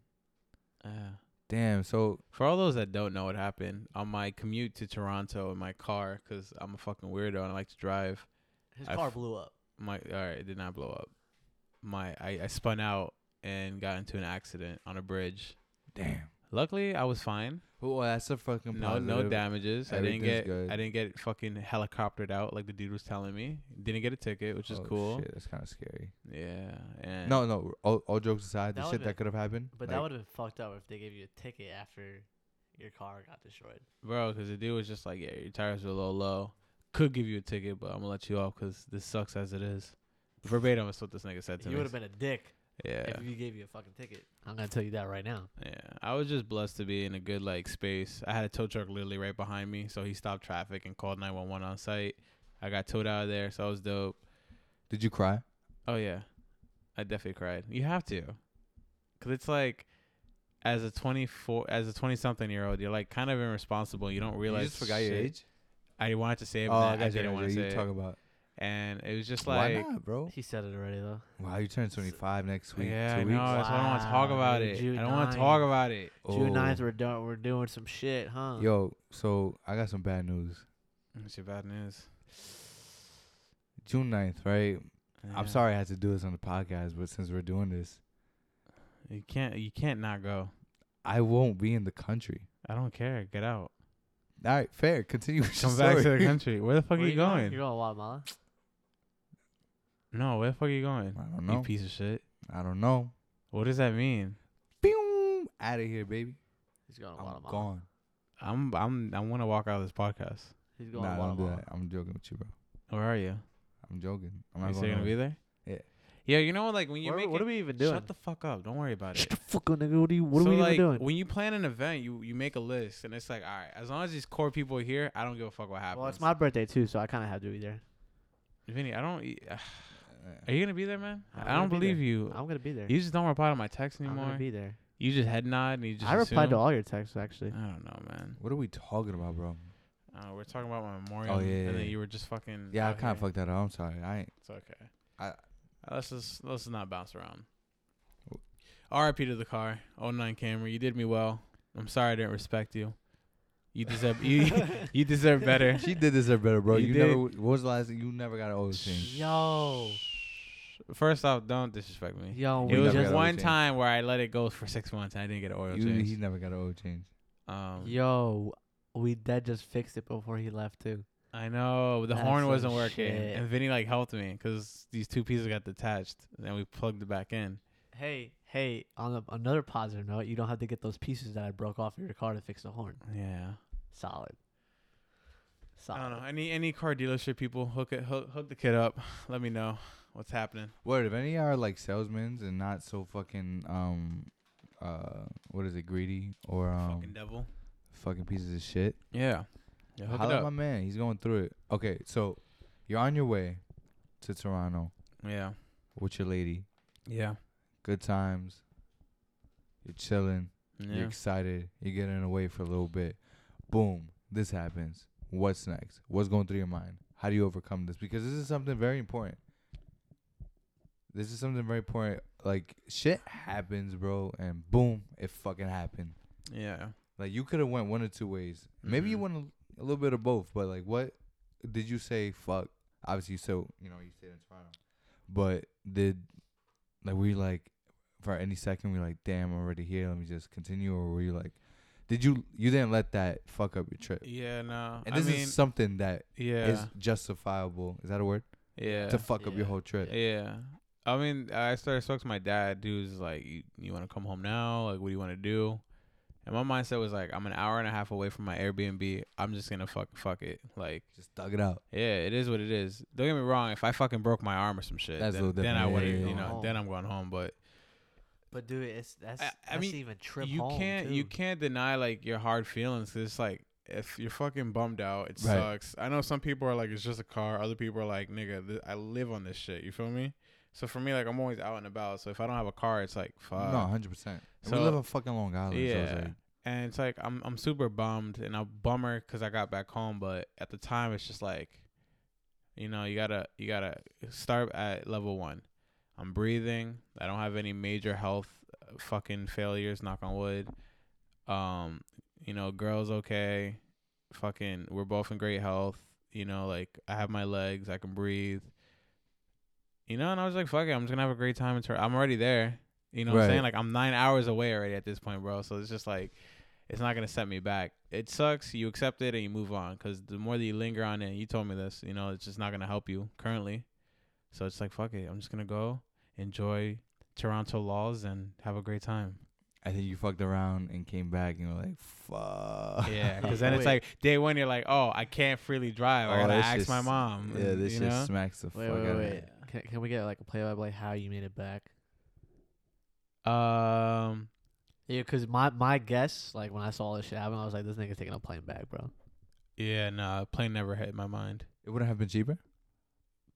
S2: Yeah.
S1: damn. So
S2: For all those that don't know what happened on my commute to Toronto in my car, because I'm a fucking weirdo and I like to drive.
S3: His
S2: I
S3: car
S2: f-
S3: blew up.
S2: My all right, it did not blow up. My I, I spun out and got into an accident on a bridge.
S1: damn.
S2: Luckily, I was fine.
S1: Oh, that's a fucking
S2: No,
S1: positive.
S2: no damages. I didn't
S1: Everything's
S2: get.
S1: good.
S2: I didn't get fucking helicoptered out like the dude was telling me. Didn't get a ticket, which is
S1: Oh,
S2: cool.
S1: Shit, that's kind of scary.
S2: Yeah. And
S1: No, no. All, all jokes aside, the
S3: That would've
S1: shit
S3: been-
S1: that could have happened.
S3: But that would have been fucked up if they gave you a ticket after your car got destroyed.
S2: bro, because the dude was just like, "Yeah, your tires are a little low. Could give you a ticket, but I'm gonna let you off because this sucks as it is." Verbatim is what this nigga said to
S3: You
S2: me.
S3: would have been a dick
S2: yeah.
S3: if you gave you a fucking ticket. I'm gonna tell you that right now.
S2: Yeah, I was just blessed to be in a good like space. I had a tow truck literally right behind me, so he stopped traffic and called 911 on site. I got towed out of there, so I was dope.
S1: Did you cry?
S2: Oh yeah, I definitely cried. You have to, cause it's like, as a 24, as a 20 something year old, you're like kind of irresponsible. You don't realize.
S1: you just forgot your
S2: shit.
S1: age.
S2: I wanted to say it, but
S1: oh,
S2: then I,
S1: I got you.
S2: didn't
S1: I
S2: want
S1: got
S2: to
S1: you.
S2: say
S1: You
S2: it.
S1: talk about
S2: And it was just
S1: why
S2: like,
S1: not, bro?
S3: He said it already though.
S1: Wow, you turn 25 next week.
S2: yeah, I
S1: two
S2: know. That's why I don't want to talk
S3: Wow,
S2: about
S3: you're
S2: it.
S3: June
S2: I don't want to
S3: 9.
S2: talk about it.
S1: weeks.
S3: June
S1: Oh.
S3: 9th, we're doing we're doing some shit, huh?
S1: Yo, so I got some bad news.
S2: That's your bad news.
S1: June 9th, right?
S2: Yeah.
S1: I'm sorry I had to do this on the podcast, but since we're doing this,
S2: You can't. You can't not go.
S1: I won't be in the country.
S2: I don't care. Get out.
S1: All right, fair. Continue. with your
S2: Come back to
S1: story.
S2: the country. Where the fuck
S3: Where
S2: are you going?
S3: You're going to Guatemala.
S2: No, where the fuck are you going?
S1: I don't
S2: You
S1: know.
S2: piece of shit.
S1: I don't know.
S2: What does that mean?
S1: Out of here, baby.
S3: He's going to
S1: I'm
S3: Guatemala.
S1: gone.
S2: I'm I'm I want to walk out of this podcast.
S3: He's going
S1: Nah,
S3: to
S1: don't do
S3: Guatemala.
S1: that. I'm joking with you, bro.
S2: Where are you?
S1: I'm joking. I'm
S2: Are
S1: not
S2: you still
S1: going
S2: gonna be
S1: nowhere.
S2: there?
S1: Yeah.
S2: Yeah, you know, like when you
S3: Where-
S2: make
S3: what
S2: it,
S3: are we even doing?
S2: shut the fuck up. Don't worry about
S3: Shut
S2: it.
S3: the fuck up, nigga. What are you? What
S2: so
S3: are we
S2: like
S3: even doing?
S2: when you plan an event, you you make a list, and it's like, all right, as long as these core people are here, I don't give a fuck what happens.
S3: Well, it's my birthday too, so I kind of have to be there.
S2: Vinny. I don't. e,
S1: Uh,
S2: Are you gonna be there, man?
S3: I'm
S2: I don't
S3: gonna be there.
S2: believe you.
S3: I'm gonna be there.
S2: You just don't reply to my text
S3: I'm
S2: anymore.
S3: gonna be there.
S2: you just head nod and you just.
S3: I replied to
S2: assume?
S3: all your texts actually.
S2: I don't know, man.
S1: Uh, What are we talking about, bro?
S2: Uh, we're talking about my memorial.
S1: Oh, yeah,
S2: And then
S1: yeah.
S2: you were just fucking.
S1: Yeah, I
S2: out
S1: kind of
S2: here.
S1: fucked that up. I'm sorry. I ain't.
S2: It's okay.
S1: I-
S2: Uh, let's just let's just not bounce around.
S1: Oh.
S2: R.I.P. to the car. 09 Camry. You did me well. I'm sorry I didn't respect you. You deserve you you deserve better.
S1: She did deserve better, bro.
S2: You
S1: You, never.
S2: did.
S1: What was the last thing? You never got an oil change.
S3: Yo,
S2: First off, don't disrespect me.
S3: yo,
S2: It
S1: we
S2: was
S1: never got
S3: just
S1: a
S2: one
S1: change.
S2: time where I let it go for six months and I didn't get an oil
S1: You,
S2: change.
S1: he never got an oil change.
S2: um,
S3: yo, we that just fixed it before he left too.
S2: I know the
S3: That's
S2: horn
S3: some
S2: wasn't working,
S3: shit.
S2: and Vinny like helped me because these two pieces got detached, and we plugged it back in.
S3: Hey, hey, on a, another positive note, you don't have to get those pieces that I broke off your car to fix the horn.
S2: Yeah.
S3: Solid.
S2: I don't
S3: Solid.
S2: know. Any any car dealership people hook it hook, hook the kid up. Let me know what's happening.
S1: Word, if any are like salesmen and not so fucking um uh what is it, greedy or um
S2: Fucking
S1: fucking,
S2: devil.
S1: pieces of shit.
S2: Yeah. Yeah. Hook
S1: Holla
S2: it
S1: at my
S2: up.
S1: man, he's going through it. Okay, so you're on your way to Toronto
S2: Yeah.
S1: with your lady.
S2: Yeah.
S1: Good times. You're chilling. You're
S2: Yeah.
S1: excited. You're getting away for a little bit. Boom. This happens. What's next? What's going through your mind? How do you overcome this? Because this is something very important. This is something very important. Like shit happens, bro, and boom, it fucking happened.
S2: Yeah.
S1: Like you could have went one or two ways. Maybe you
S2: Mhm.
S1: went a, a little bit of both, but like what did you say fuck? Obviously you so you know, you stayed in Toronto. But did like were you like for any second we like, damn, I'm already here, let me just continue or were you like did you you didn't let that fuck up your trip?
S2: Yeah. No.
S1: And this
S2: I mean,
S1: is something that is
S2: yeah.
S1: justifiable. Is that a word?
S2: yeah.
S1: To fuck up
S3: Yeah.
S1: your whole trip.
S2: yeah. I mean, I started talking to my dad. Dude was like, "You, you want to come home now? Like, what do you want to do?" And my mindset was like, "I'm an hour and a half away from my Airbnb. I'm just gonna fuck fuck it. Like,
S1: Just thug it out.
S2: Yeah, it is what it is. Don't get me wrong. If I fucking broke my arm or some shit,
S1: That's a
S2: then,
S1: little
S2: then I
S1: different.
S2: would
S1: Yeah,
S2: have,
S1: yeah,
S2: you
S1: yeah.
S2: know,
S3: Home.
S2: then I'm going home. But
S3: But dude, it's that's
S2: I- I
S3: that's
S2: mean,
S3: even trip
S2: you
S3: home,
S2: can't, you
S3: too.
S2: can't deny like your hard feelings. 'cause it's like if you're fucking bummed out, it
S1: Right.
S2: sucks. I know some people are like, it's just a car. Other people are like, nigga, th- I live on this shit. You feel me? So for me, like, I'm always out and about. So if I don't have a car, it's like, fuck.
S1: no, hundred percent. We
S2: so-
S1: live on fucking Long Island, so
S2: Yeah.
S1: it's like
S2: and it's like I'm I'm super bummed and I'm bummer because I got back home, but at the time it's just like, you know, you gotta you gotta start at level one. I'm breathing. I don't have any major health uh, fucking failures. Knock on wood. Um, you know, girl's okay. Fucking, we're both in great health. You know, like I have my legs. I can breathe. You know, and I was like, fuck it. I'm just gonna have a great time. In Tor- I'm already there. You know what I'm saying?
S1: Right.
S2: Like I'm nine hours away already at this point, bro. So it's just like it's not gonna set me back. It sucks. You accept it and you move on. Cause the more that you linger on it, you told me this. You know, it's just not gonna help you currently. So it's like fuck it. I'm just gonna go enjoy Toronto laws and have a great time.
S1: I think you fucked around and came back and were like, fuck.
S2: Yeah, because then it's
S3: Wait.
S2: like day one, you're like, oh, I can't freely drive. I
S1: Oh,
S2: gotta
S1: this
S2: ask
S1: just-
S2: my mom.
S1: yeah, this
S2: Mm, you
S1: just
S2: know?
S1: smacks the
S3: Wait,
S1: fuck
S3: wait,
S1: out of
S3: wait.
S1: me.
S3: Can, can we get like a play by play how you made it back?
S2: Um,
S3: Yeah, because my, my guess, like when I saw all this shit happen, I was like, this nigga's taking a plane back, bro.
S2: yeah, nah, plane never hit my mind.
S1: It wouldn't have been cheaper.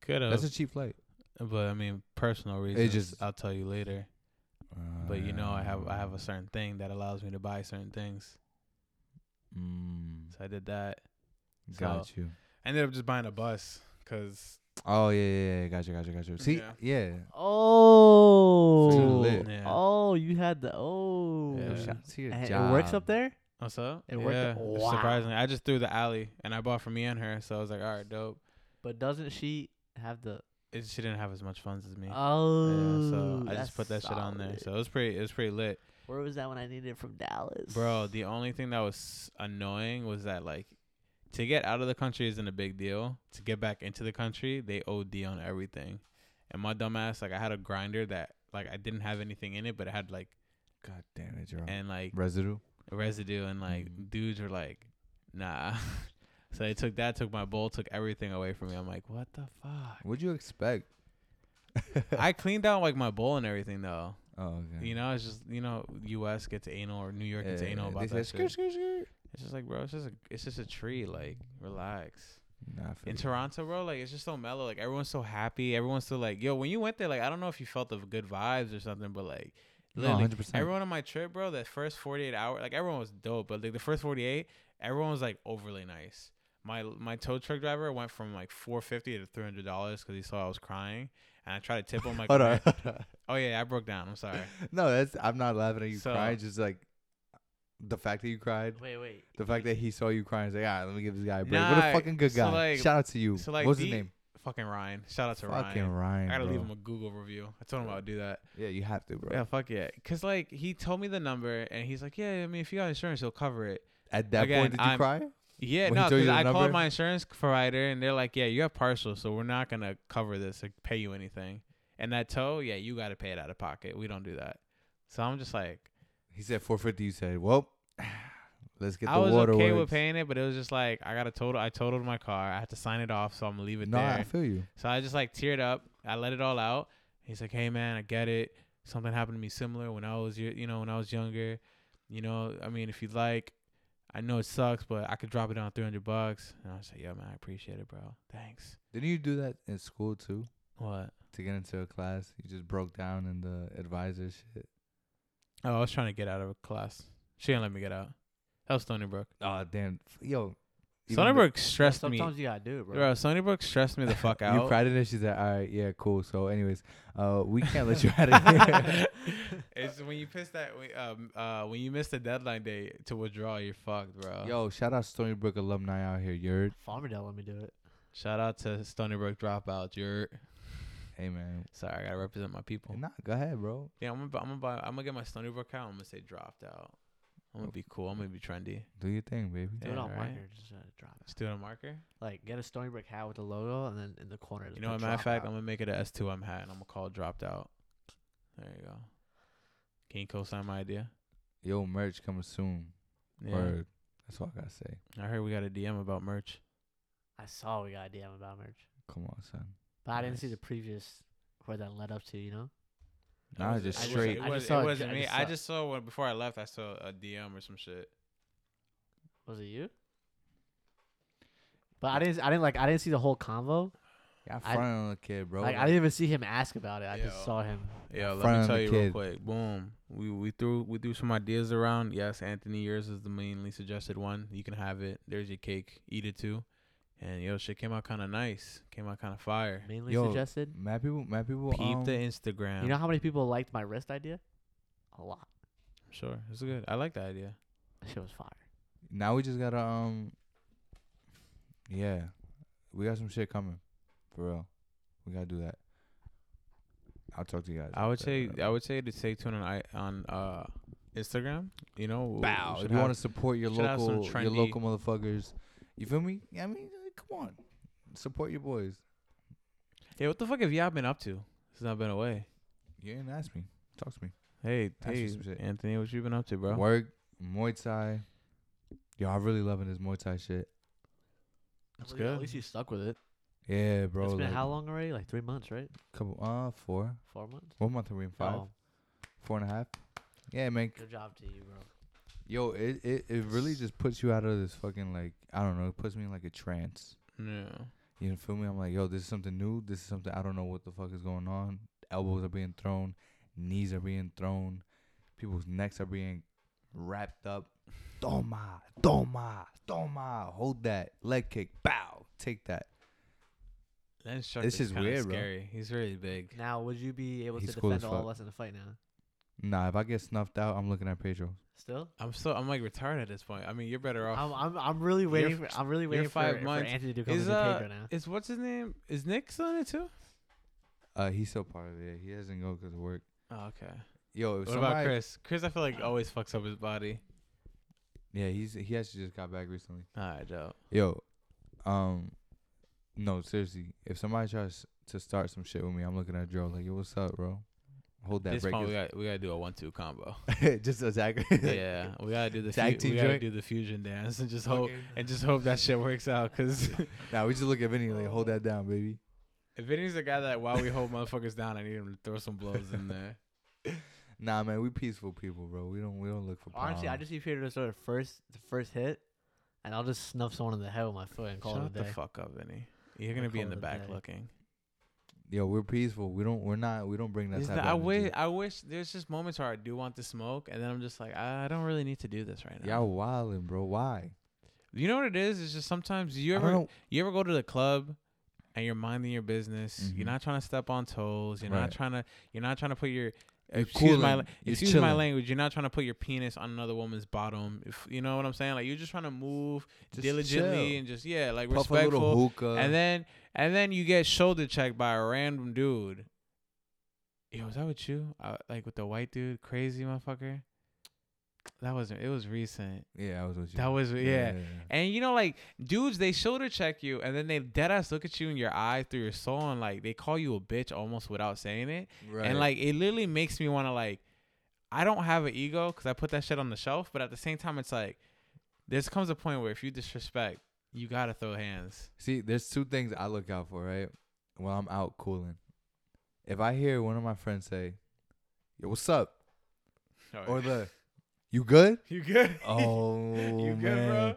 S2: Could have,
S1: That's a cheap flight.
S2: but I mean, personal reasons.
S1: just-
S2: I'll tell you later. But you know, I have I have a
S1: Uh,
S2: certain thing that allows me to buy certain things,
S1: Mm,
S2: so I did that. so-
S1: got you.
S2: I ended up just buying a bus because
S1: Oh yeah, yeah, yeah. Gotcha, gotcha, gotcha. See,
S2: Yeah.
S1: yeah.
S3: Oh,
S1: lit.
S2: Yeah.
S3: oh, you had the oh.
S1: Yo,
S2: Yeah.
S1: shout out to your
S3: And It works up
S1: job.
S3: there.
S2: what's up?
S3: It worked out- Wow.
S2: surprisingly, I just threw the alley and I bought for me and her, so I was like, all right, dope.
S3: But doesn't she have the?
S2: It, she didn't have as much funds as me.
S3: Oh,
S2: yeah, so I
S3: that's
S2: just put that shit on there.
S3: solid.
S2: So it was pretty, it was pretty lit.
S3: where was that when I needed it from Dallas,
S2: Bro, the only thing that was annoying was that like to get out of the country isn't a big deal. To get back into the country, they OD on everything. And my dumbass, like I had a grinder that like I didn't have anything in it, but it had like
S1: God damn it, Jerome.
S2: and like
S1: Residue.
S2: residue and like
S3: Mm-hmm.
S1: Mhm.
S2: dudes were like, nah. so they took that, took my bowl, took everything away from me. I'm like, what the fuck?
S1: What'd you expect?
S2: I cleaned out like my bowl and everything though.
S1: Oh, okay.
S2: You know, it's just you know, U.S. gets anal or New York gets
S1: Yeah,
S2: anal
S1: they
S2: about
S1: said,
S2: that
S1: "Skirt,
S2: shit.
S1: skirt, skirt."
S2: It's just like, bro, it's just a, it's just a tree. Like, relax.
S1: Nah, I feel
S2: in
S1: you.
S2: Toronto, bro, like it's just so mellow. Like everyone's so happy. Everyone's so like, yo, when you went there, like I don't know if you felt the good vibes or something, but like
S1: No,
S2: literally
S1: 100%.
S2: everyone on my trip, bro, that first forty eight hour, like everyone was dope, but like the first forty eight, everyone was like overly nice. My my tow truck driver went from like four fifty to three hundred dollars because he saw I was crying, and I tried to tip him like,
S1: Hold on,
S2: "Man."
S1: hold on.
S2: oh yeah, I broke down. I'm sorry.
S1: No, that's. I'm not laughing at you
S2: So-
S1: crying. Just like the fact that you cried.
S3: Wait, wait.
S1: The fact that he saw you crying is like, all right, let me give this guy a break. what
S2: Nah,
S1: a fucking good
S2: so
S1: guy.
S2: like-
S1: Shout out to you.
S2: so like
S1: What's his
S2: the-
S1: name?
S2: Fucking Ryan. Shout out to
S1: fucking
S2: Ryan.
S1: Ryan.
S2: I gotta leave
S1: bro.
S2: him a Google review. I told him I would do that.
S1: Yeah, you have to, bro.
S2: Yeah, fuck yeah. Cause like he told me the number and he's like, yeah, I mean, if you got insurance, he'll cover it.
S1: At that
S2: Again,
S1: point, did you
S2: I'm-
S1: cry?
S2: Yeah,
S1: When he
S2: no,
S1: told you
S2: because
S1: the
S2: I
S1: number?
S2: called my insurance provider and they're like, yeah, you have partial, so we're not gonna cover this or pay you anything. And that tow, yeah, you gotta pay it out of pocket. We don't do that. So I'm just like,
S1: He said 450. You said, well, let's get
S2: I
S1: the
S2: was
S1: water
S2: okay with
S1: works."
S2: paying it, but it was just like I got to total. I totaled my car. I had to sign it off, so I'm gonna leave it
S1: No,
S2: there.
S1: I feel you.
S2: So I just like teared up. I let it all out. He's like, "Hey man, I get it. Something happened to me similar when I was your- you know when I was younger. You know, I mean, if you'd like, I know it sucks, but I could drop it on three hundred bucks." And I was like, "Yo man, I appreciate it, bro. Thanks."
S1: Didn't you do that in school too?
S2: What?
S1: To get into a class, you just broke down in the advisor shit.
S2: Oh, I was trying to get out of class. She didn't let me get out. That was Stony Brook.
S1: Oh damn, F- yo. even
S2: Stony
S1: the-
S2: Brook stressed me.
S3: Sometimes you gotta do it, bro.
S2: Bro, Stony Brook stressed me the fuck out.
S1: You cried in it. She's like, all right, yeah, cool. So, anyways, uh, we can't let you out of here.
S2: it's when you piss that when- um uh when you miss the deadline day to withdraw, you're fucked, bro.
S1: Yo, shout out Stony Brook alumni out here. You're,
S3: Farmerdale, let me do it.
S2: Shout out to Stony Brook dropout. You're
S1: hey man.
S2: sorry, I gotta represent my people.
S1: Nah, go ahead, bro.
S2: Yeah, I'm gonna, bu- I'm gonna buy, I'm gonna get my Stony Brook out. I'm gonna say dropped out. I'm gonna be cool. I'm gonna be trendy.
S1: Do your thing, baby.
S3: Do
S2: Yeah,
S3: it on
S2: right?
S3: marker, just uh, drop it.
S2: Just do it on marker.
S3: Like get a Stony Brook hat with the logo, and then in the corner. just
S2: You know,
S3: put
S2: what, matter of
S3: drop
S2: fact, I'm
S3: out.
S2: gonna make it a S2M hat and I'm gonna call it dropped out. There you go. Can you co-sign my idea?
S1: Yo, merch coming soon.
S2: Yeah.
S1: Word. That's all I gotta say.
S2: I heard we got a DM about merch.
S3: I saw we got a DM about merch,
S1: Come on, son.
S3: but I didn't see
S2: Nice.
S3: the previous where that led up to. You know,
S1: Nah,
S2: It was-
S1: just
S2: it was-
S1: straight.
S2: It,
S3: I
S2: was,
S3: just saw
S2: it
S3: a-
S2: wasn't
S3: I
S2: me.
S3: just
S2: I
S3: saw-
S2: just saw when before I left. I saw a DM or some shit.
S3: was it you? But I didn't. I didn't like. I didn't see the whole convo.
S1: Y'all
S3: I-
S1: front on the kid, bro.
S3: Like I didn't even see him ask about it. I
S2: Yo.
S3: just saw him.
S2: Yeah, let
S1: Front
S2: me
S1: of
S2: tell
S1: the
S2: you real
S1: kid.
S2: quick. Boom. We we threw we threw some ideas around. Yes, Anthony, yours is the mainly suggested one. You can have it. There's your cake. Eat it too. And yo, shit came out kind of nice. Came out kind of fire.
S3: Mainly
S1: Yo,
S3: suggested.
S1: mad people, mad people.
S2: Peep
S1: um,
S2: the Instagram.
S3: You know how many people liked my wrist idea? A lot.
S2: sure, it's good. I like the idea.
S3: That shit was fire.
S1: now we just gotta um. Yeah, we got some shit coming, for real. We gotta do that. I'll talk to you guys.
S2: I would
S1: after, uh,
S2: say
S1: whatever.
S2: I would say to stay tuned on I on uh Instagram. You know, we
S1: Bow.
S2: should
S1: If you want
S2: have-
S1: to support your
S2: should have some
S1: local, your
S2: trendy-
S1: local motherfuckers, you feel me? I mean, like, come on, support your boys.
S2: Hey, what the fuck have y'all been up to? Since I've been away.
S1: You didn't ask me. Talk to me.
S2: Hey,
S1: Ask me
S2: hey,
S1: some shit.
S2: Anthony, what you been up to, bro?
S1: Work, Muay Thai. Yo, I'm really loving this Muay Thai shit.
S2: That's
S3: At least-
S2: good.
S3: At least you stuck with it.
S1: Yeah, bro.
S3: it's been
S1: like,
S3: how long already? Like three months, right?
S1: Couple, uh, four.
S3: Four months.
S1: What month are we in? Five,
S3: Oh,
S1: four and a half. Yeah, man.
S3: good job to you, bro.
S1: Yo, it, it, it really just puts you out of this fucking like I don't know. It puts me in like a trance.
S2: Yeah.
S1: You feel me? I'm like, yo, this is something new. This is something I don't know what the fuck is going on. Elbows are being thrown, knees are being thrown, people's necks are being wrapped up. Toma, toma, toma. Hold that leg kick. Bow. Take that.
S2: That instructor's
S1: just
S2: kinda
S1: weird, bro.
S2: scary. He's really big.
S3: Now, would you be able
S1: He's
S3: to
S1: cool
S3: defend
S1: as
S3: all
S1: fuck.
S3: of us in a fight now?
S1: Nah, if I get snuffed out, I'm looking at Pedro.
S3: Still?
S2: I'm so I'm like retarded at this point. I mean, you're better off.
S3: I'm I'm I'm really waiting. For,
S2: f-
S3: I'm really waiting for,
S2: five
S3: for
S2: months.
S3: Anthony to come
S2: is
S3: into
S2: uh,
S3: Pedro now.
S2: is what's his name? Is Nick still in it too?
S1: Uh, he's still part of it. He doesn't go because of work.
S2: Oh, okay.
S1: Yo, if
S2: What
S1: somebody,
S2: about Chris? Chris, I feel like always fucks up his body.
S1: Yeah, he's he actually just got back recently.
S2: All right, dope.
S1: Yo, um, no, seriously, if somebody tries to start some shit with me, I'm looking at Joe like, yo, what's up, bro? Hold that
S2: this
S1: break.
S2: point, we got we gotta do a one-two combo.
S1: is- just attack.
S2: yeah, we gotta do the
S1: Tag
S2: fu- we
S1: team
S2: gotta
S1: joint?
S2: do the fusion dance and just hope and just hope that shit works out. Cause
S1: Nah, we just look at Vinny like, hold that down, baby.
S2: if Vinny's the guy that while we hold motherfuckers down, I need him to throw some blows in there.
S1: Nah, man, we peaceful people, bro. We don't we don't look for.
S3: Honestly, I
S1: problems.
S3: just need Pedro to sort of first the first hit, and I'll just snuff someone in the head with my foot and call
S2: Shut
S3: it a
S2: the
S3: day.
S2: fuck up, Vinny. You're
S3: I'll
S2: gonna be
S3: call
S2: in the
S3: it a
S2: back
S3: day.
S2: looking.
S1: yo, we're peaceful. We don't we're not we don't bring that
S2: There's
S1: type.
S2: no-
S1: of
S2: I wish
S1: energy.
S2: I wish there's just moments where I do want to smoke, and then I'm just like, I don't really need to do this right now.
S1: Y'all wilding, bro. Why?
S2: You know what it is? It's just sometimes you
S1: I don't
S2: ever
S1: know.
S2: you ever go to the club and you're minding your business.
S1: Mhm.
S2: You're not trying to step on toes. You're
S1: Right.
S2: not trying to you're not trying to put your
S1: You're
S2: excuse my la-
S1: cooling. You're
S2: excuse my
S1: chilling.
S2: language. You're not trying to put your penis on another woman's bottom. If you know what I'm saying, like you're just trying to move
S1: Just
S2: diligently
S1: chill.
S2: and just yeah, like
S1: Puff a
S2: respectful.
S1: little hookah.
S2: And then and then you get shoulder checked by a random dude. Yo, was that with you? Uh, like with the white dude, crazy motherfucker. That wasn't. It was recent.
S1: yeah, I was with you.
S2: That was yeah.
S1: yeah.
S2: And you know, like dudes, they shoulder check you, and then they dead ass look at you in your eye through your soul, and like they call you a bitch almost without saying it.
S1: Right.
S2: And like it literally makes me want to like, I don't have an ego because I put that shit on the shelf, but at the same time, it's like this comes a point where if you disrespect, you gotta throw hands.
S1: See, there's two things I look out for, right? When I'm out cooling. If I hear one of my friends say, Yo, what's up? Or the you good?
S2: you good?
S1: Oh
S2: you good,
S1: man.
S2: bro?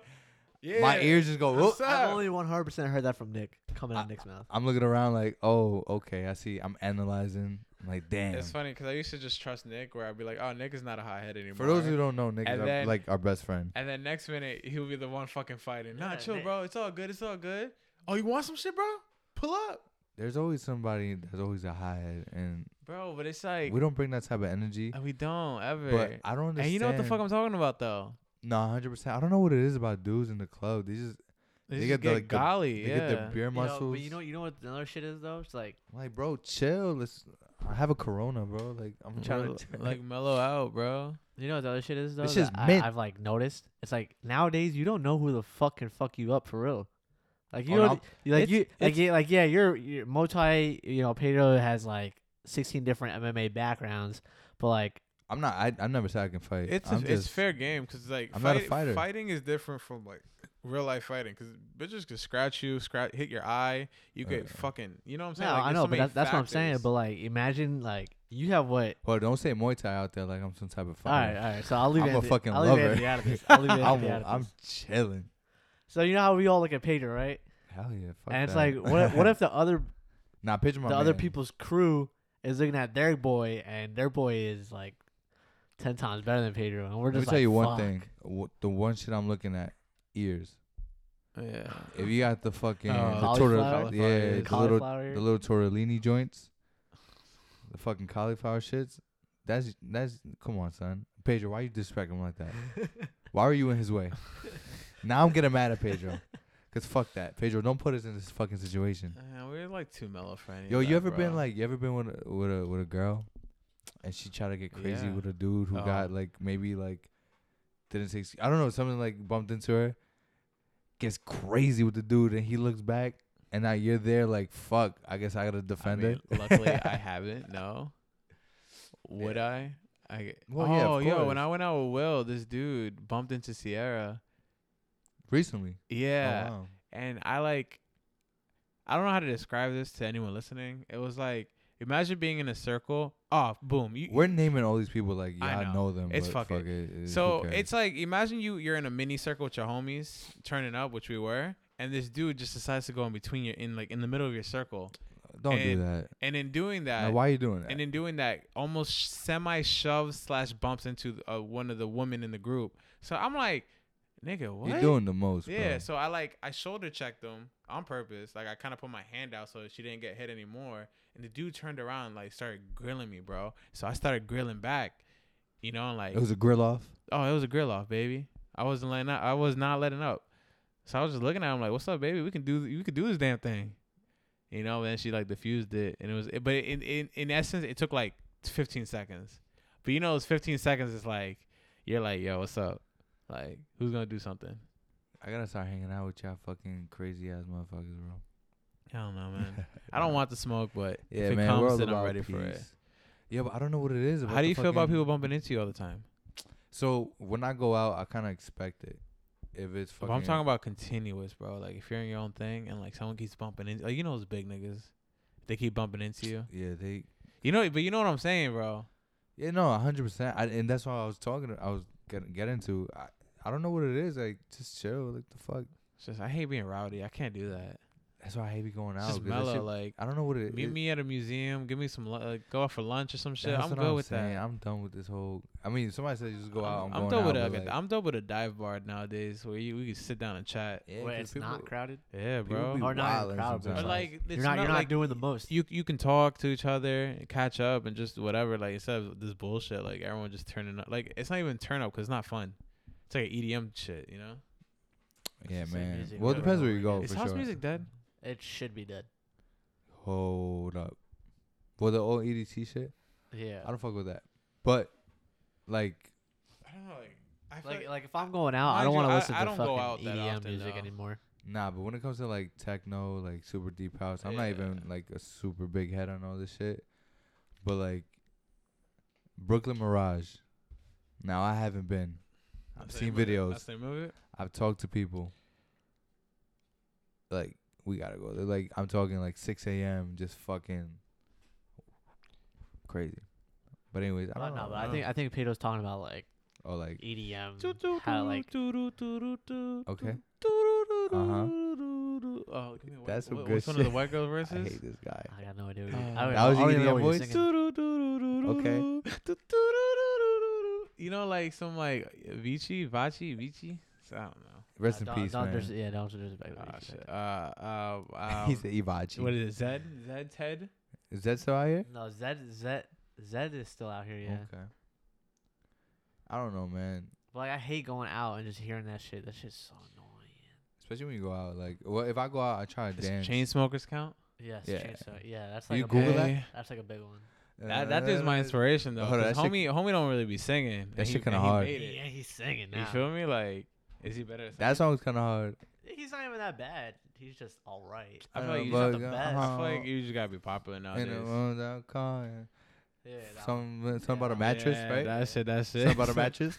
S2: Yeah.
S1: My ears just go, "Whoop."
S2: What's
S3: I've
S2: up?
S3: only 100 percent heard that from Nick coming out of Nick's mouth.
S1: I'm looking around like, oh, okay, I see. I'm analyzing. I'm like, damn.
S2: It's funny because I used to just trust Nick, where I'd be like, "Oh, Nick is not a hot head anymore."
S1: For those who don't know, Nick is
S2: And
S1: our-
S2: then-
S1: like our best friend.
S2: And then next minute, he'll be the one fucking fighting. Nah,
S3: Yeah,
S2: chill,
S3: they-
S2: bro. It's all good. It's all good. Oh, you want some shit, bro? Pull up,
S1: There's always somebody. There's always a high head, and
S2: bro. But it's like
S1: we don't bring that type of energy.
S2: we don't ever.
S1: But I don't understand.
S2: and you know what the fuck I'm talking about though?
S1: No, 100. percent I don't know what it is about dudes in the club. They just
S2: They,
S1: They
S2: just
S1: get
S2: get,
S1: the, like, the-
S2: golly,
S1: they
S2: yeah.
S1: get their beer
S3: You know,
S1: muscles.
S3: but you know, you know what another shit is though. It's like
S1: I'm like, bro, chill. Let's. I have a Corona, bro. Like, I'm trying to.
S3: uh,
S2: Mellow- like mellow out, bro.
S3: you know what the other shit is though.
S1: This
S3: that
S1: is
S3: I,
S1: mint.
S3: I've like noticed. It's like nowadays you don't know who the fuck can fuck you up for real. Like you,
S1: Oh,
S3: know,
S1: no.
S3: you- like
S2: It's-
S3: you, like
S2: it's-
S3: yeah, like yeah, you're, you're multi. You know, Pedro has like 16 different MMA backgrounds, but like
S1: I'm not. I. I never said I can fight.
S2: It's a,
S1: I'm
S2: it's
S1: just-
S2: fair game because like
S1: I'm not a
S2: fight-
S1: fighter.
S2: Fighting is different from like real life fighting because bitches could scratch you, scratch, hit your eye. You
S1: Uh,
S2: could fucking, you know what I'm saying?
S3: no,
S2: Like,
S3: I
S2: there's
S3: know,
S2: so
S3: but
S2: many
S3: that's that's what I'm saying.
S2: factors.
S3: But like, imagine like you have what
S1: Well, don't say Muay Thai out there like I'm some type of
S3: All right,
S1: fighter.
S3: all right. So I'll leave.
S1: I'm a
S3: Anthony-
S1: fucking
S3: I'll leave
S1: lover.
S3: Anthony out of this. I'll leave
S1: I'm,
S3: Anthony out
S1: a-
S3: of
S1: I'm
S3: this.
S1: chilling.
S3: So you know how we all look at Pedro, right?
S1: Hell yeah. Fuck
S3: and it's
S1: that.
S3: like, what? What if the other
S1: Nah, picture
S3: the
S1: my
S3: other
S1: man.
S3: people's crew is looking at their boy, and their boy is like ten times better than Pedro, and we're
S1: Let me
S3: just
S1: tell
S3: like,
S1: you one
S3: "Fuck."
S1: thing. Wh- The one shit I'm looking at, ears.
S2: yeah,
S1: If you got the fucking
S2: Oh,
S1: the tortell-
S3: cauliflower?
S1: yeah, the,
S2: Cauliflower,
S1: little
S3: Cauliflower.
S1: the little tortellini joints, the fucking cauliflower shits. That's that's come on, son. Pedro, why you disrespect him like that? why were you in his way? Now I'm getting mad at Pedro. Cause fuck that, Pedro. Don't put us in this fucking situation.
S2: Uh, we're like too mellow for any. of
S1: Yo, you
S2: that,
S1: ever been
S2: bro.
S1: like, you ever been with a, with a with a girl, and she tried to get crazy
S2: Yeah.
S1: with a dude who
S2: Oh.
S1: got like maybe like didn't take. I don't know something like bumped into her, gets crazy with the dude, and he looks back, and now you're there like fuck. I guess I gotta
S2: I
S1: defend
S2: mean,
S1: it.
S2: luckily, I haven't. No. Would I? I
S1: Well, yeah,
S2: oh,
S1: of
S2: yo,
S1: course.
S2: when I went out with Will, this dude bumped into Sierra.
S1: recently. Oh,
S2: Yeah.
S1: wow.
S2: and I like I don't know how to describe this to anyone listening. It was like imagine being in a circle. Oh, boom. You,
S1: We're naming all these people like yeah,
S2: I
S1: I know,
S2: know.
S1: them.
S2: It's
S1: but
S2: fuck it.
S1: it, it-
S2: so
S1: who cares?
S2: it's like imagine you you're in a mini circle with your homies turning up, which we were, and this dude just decides to go in between your in like in the middle of your circle.
S1: don't do
S2: and-
S1: that.
S2: And in doing
S1: Now,
S2: that
S1: why are you doing that?
S2: and in doing that, almost semi shoves slash bumps into uh, one of the women in the group. So I'm like, nigga, what?
S1: You're doing the most.
S2: Yeah,
S1: bro.
S2: so I like I shoulder checked him on purpose. Like I kind of put my hand out so she didn't get hit anymore. And the dude turned around, and, like started grilling me, bro. So I started grilling back, you know, and like
S1: it was a grill off.
S2: oh, it was a grill off, baby. I wasn't letting up. I was not letting up. So I was just looking at him like, "What's up, baby? We can do we could do this damn thing," you know. And then she like diffused it, and it was. But in in in essence, it took like 15 seconds. But you know, those 15 seconds is like you're like, "Yo, what's up?" Like, who's gonna do something?
S1: I gotta start hanging out with y'all fucking crazy ass motherfuckers, bro.
S2: I don't know, man. I don't want the smoke, but
S1: Yeah,
S2: if it
S1: man. we're all
S2: comes, then I'm
S1: about
S2: ready for it.
S1: peace. Yeah, but I don't know what it is. About
S2: How do
S1: the
S2: you feel about
S1: fucking-
S2: people bumping into you all the time?
S1: So when I go out, I kind of expect it. If it's
S2: But
S1: fucking,
S2: I'm talking about continuous, bro. Like if you're in your own thing and like someone keeps bumping into, like you know those big niggas, they keep bumping into you.
S1: Yeah, they.
S2: You know, but you know what I'm saying, bro.
S1: Yeah, no, hundred percent. And that's what I was talking. I was getting getting to. I, I don't know what it is. Like just chill. Like the fuck.
S2: It's just I hate being rowdy. I can't do that.
S1: That's why I hate be going
S2: It's
S1: out.
S2: just
S1: 'cause that
S2: mellow.
S1: shit-
S2: like
S1: I don't know what it is.
S2: meet me at a museum. Give me some lu- like go out for lunch or some shit.
S1: That's
S2: I'm
S1: what
S2: good with
S1: saying.
S2: that.
S1: I'm done with this whole. I mean, somebody said you just go out.
S2: I'm,
S1: I'm,
S2: I'm
S1: going
S2: done
S1: out,
S2: with
S1: but,
S2: a,
S1: like,
S2: I'm done with a dive bar nowadays where you we can sit down and chat.
S1: yeah,
S3: Wait,
S1: 'cause
S3: it's not
S1: people-
S3: crowded.
S2: Yeah,
S1: people
S2: bro.
S1: be
S3: Or not
S1: wildin'
S3: even crowded,
S2: But
S3: but
S1: sometimes.
S2: like it's
S3: You're not, you're not
S2: like,
S3: doing the most.
S2: you you can talk to each other, catch up, and just whatever. Like instead of this bullshit, like everyone just turning up. Like it's not even turn up because it's not fun. It's like EDM shit, you know.
S1: Yeah,
S3: It's the same
S1: man.
S3: music
S1: Well, it
S3: over
S1: depends
S3: and
S1: where
S3: over
S1: you go.
S3: again.
S2: Is
S1: Oh, for
S2: house
S1: sure.
S2: music dead?
S3: it should be dead.
S1: Hold up. Well, the old EDT shit,
S3: Yeah.
S1: I don't fuck with that. But like,
S2: I don't know. Like, I feel
S3: Like, like if I'm going out, I
S2: Mind
S3: don't
S2: you,
S3: want to
S2: I-
S3: listen
S2: I
S3: to
S2: don't go
S3: fucking
S2: out that
S3: EDM
S2: often,
S3: music
S2: though.
S3: anymore.
S1: nah. But when it comes to like techno, like super deep house, I'm not
S2: Yeah.
S1: even like a super big head on all this shit. But like, Brooklyn Mirage. Now I haven't been. I've seen videos. I've talked to people. Like we gotta go. They're like I'm talking like 6 a.m. Just fucking crazy. But anyways, I
S3: I
S1: don't
S3: don't know,
S1: know.
S3: but I
S2: know.
S3: think E I think Pedro's talking about like
S1: Oh, like
S2: Mm.
S3: EDM, how like
S1: okay. Uh-huh.
S2: Oh, give me a
S1: That's
S2: That's
S1: some
S2: what,
S1: good
S2: what's one of the
S1: shit.
S2: white girl
S1: I
S2: verses?
S1: hate this guy.
S3: I got no idea. What
S2: Uh,
S3: he, I
S2: That
S3: don't-
S1: was
S3: I
S1: your
S3: don't even know
S1: EDM
S3: what he's
S1: voice?
S3: singing.
S2: You know, like some like Vici, Vachi, Vici. I don't know.
S1: Rest in
S3: Don't-
S1: peace,
S3: don't
S1: man. Ah,
S3: dis- yeah, don't disrespect
S2: Oh,
S3: what he
S2: shit.
S3: said.
S2: Uh, uh, um,
S1: He's the Ivachi.
S2: what is it? Zed, Zed, Ted.
S1: Is that still out here?
S3: No, Zed Zed Zed is still out here. Yeah,
S1: Okay. I don't know, man.
S3: but like I hate going out and just hearing that shit. That shit's so annoying.
S1: Especially when you go out. Like, well, if I go out, I try to
S2: Does
S1: dance.
S2: chain smokers count?
S3: Yes,
S1: Yeah.
S3: yeah, so, yeah. That's
S1: You
S3: like a
S1: Google
S3: big,
S1: that?
S2: Hey.
S3: That's like a big one.
S1: Uh,
S2: That that is my inspiration though.
S1: Hold on,
S2: 'cause
S1: that shit-
S2: homie, homie don't really be singing. and
S1: That
S2: he-
S1: shit kinda
S2: and he
S1: hard.
S2: made it.
S3: Yeah, he's singing now.
S2: You feel me? Like, is he better? at
S1: That
S2: singing?
S1: song's kind of hard.
S3: He's not even that bad. He's just all right.
S2: I feel
S1: Uh,
S2: like you
S3: He's not
S1: but,
S3: the
S1: uh,
S3: best.
S2: I feel like you just gotta be popular
S1: In a
S2: nowadays.
S1: world I'm calling.
S3: Yeah, that one.
S1: Some something about a
S3: Yeah,
S1: mattress,
S2: yeah,
S1: right?
S2: That's it. That's it.
S1: Something about a mattress.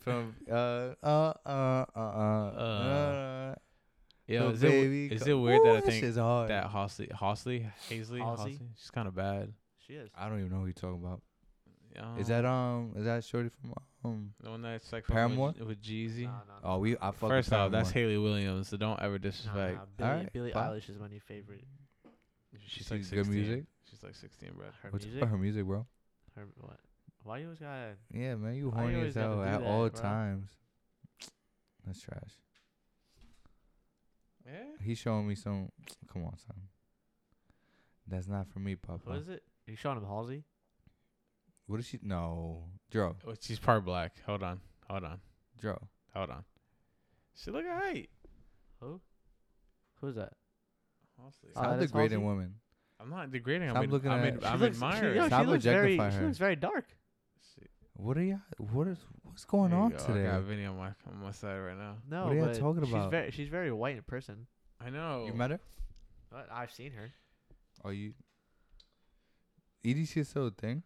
S1: From uh uh uh uh uh. uh
S2: Yo,
S1: the
S2: is it,
S1: baby
S2: is
S1: co-
S2: it weird that I
S1: Ooh, this
S2: think
S1: is hard.
S2: that Hosley, Hosley, Hazley,
S3: Halsey?
S2: Hosley, she's kind of bad.
S3: She is.
S1: I don't even know who you're talking about.
S2: Um,
S1: Is that um? Is that Shorty from um?
S2: the one that's like fucking
S1: Paramore?
S2: with, with Jeezy?
S3: No, no, no.
S1: Oh, we I fucking
S2: First off, that's
S1: Paramore.
S2: Haley Williams, so don't ever
S3: Nah,
S2: disrespect.
S3: nah, Billie,
S1: Alright,
S3: Billie
S1: fine.
S3: Eilish is my new favorite.
S2: She's like
S1: She's good
S2: 16.
S1: music?
S2: She's like 16, bro.
S3: Her
S1: What's
S3: music.
S1: her music, bro?
S3: Her what? Why you always gotta?
S1: Yeah, man, you
S3: Why you
S1: horny
S3: always
S1: as
S3: gotta
S1: hell
S3: do
S1: at
S3: that,
S1: all
S3: bro?
S1: times. That's trash.
S2: Yeah.
S1: He's showing me some. Come on, son. That's not for me, Papa.
S3: What is it? You showing him Halsey?
S1: What is she? No, Dro,
S2: Oh, she's part black. Hold on. Hold on.
S1: Dro.
S2: Hold on. She look alright.
S3: Who? Who's that?
S2: Honestly,
S3: Uh,
S1: Stop
S3: that's
S1: degrading
S3: Halsey?
S1: women.
S2: I'm not degrading. I'm,
S1: Stop
S2: ad-
S1: looking
S2: I'm,
S1: at-
S2: ad-
S1: She
S2: I'm
S3: looks- she-
S2: admiring.
S3: yo,
S1: Stop
S3: she looks very.
S1: objectifying
S3: She
S1: her.
S3: looks very dark.
S1: What are y'all? What is what's going
S2: There you
S1: on
S2: go.
S1: today?
S2: I got Vinny on my on my side right now.
S3: No,
S1: are you
S3: but
S1: talking
S3: She's
S1: about?
S3: very, she's very white in person.
S2: I know.
S1: You met her?
S3: But I've seen her.
S1: Are you? EDC is still a thing.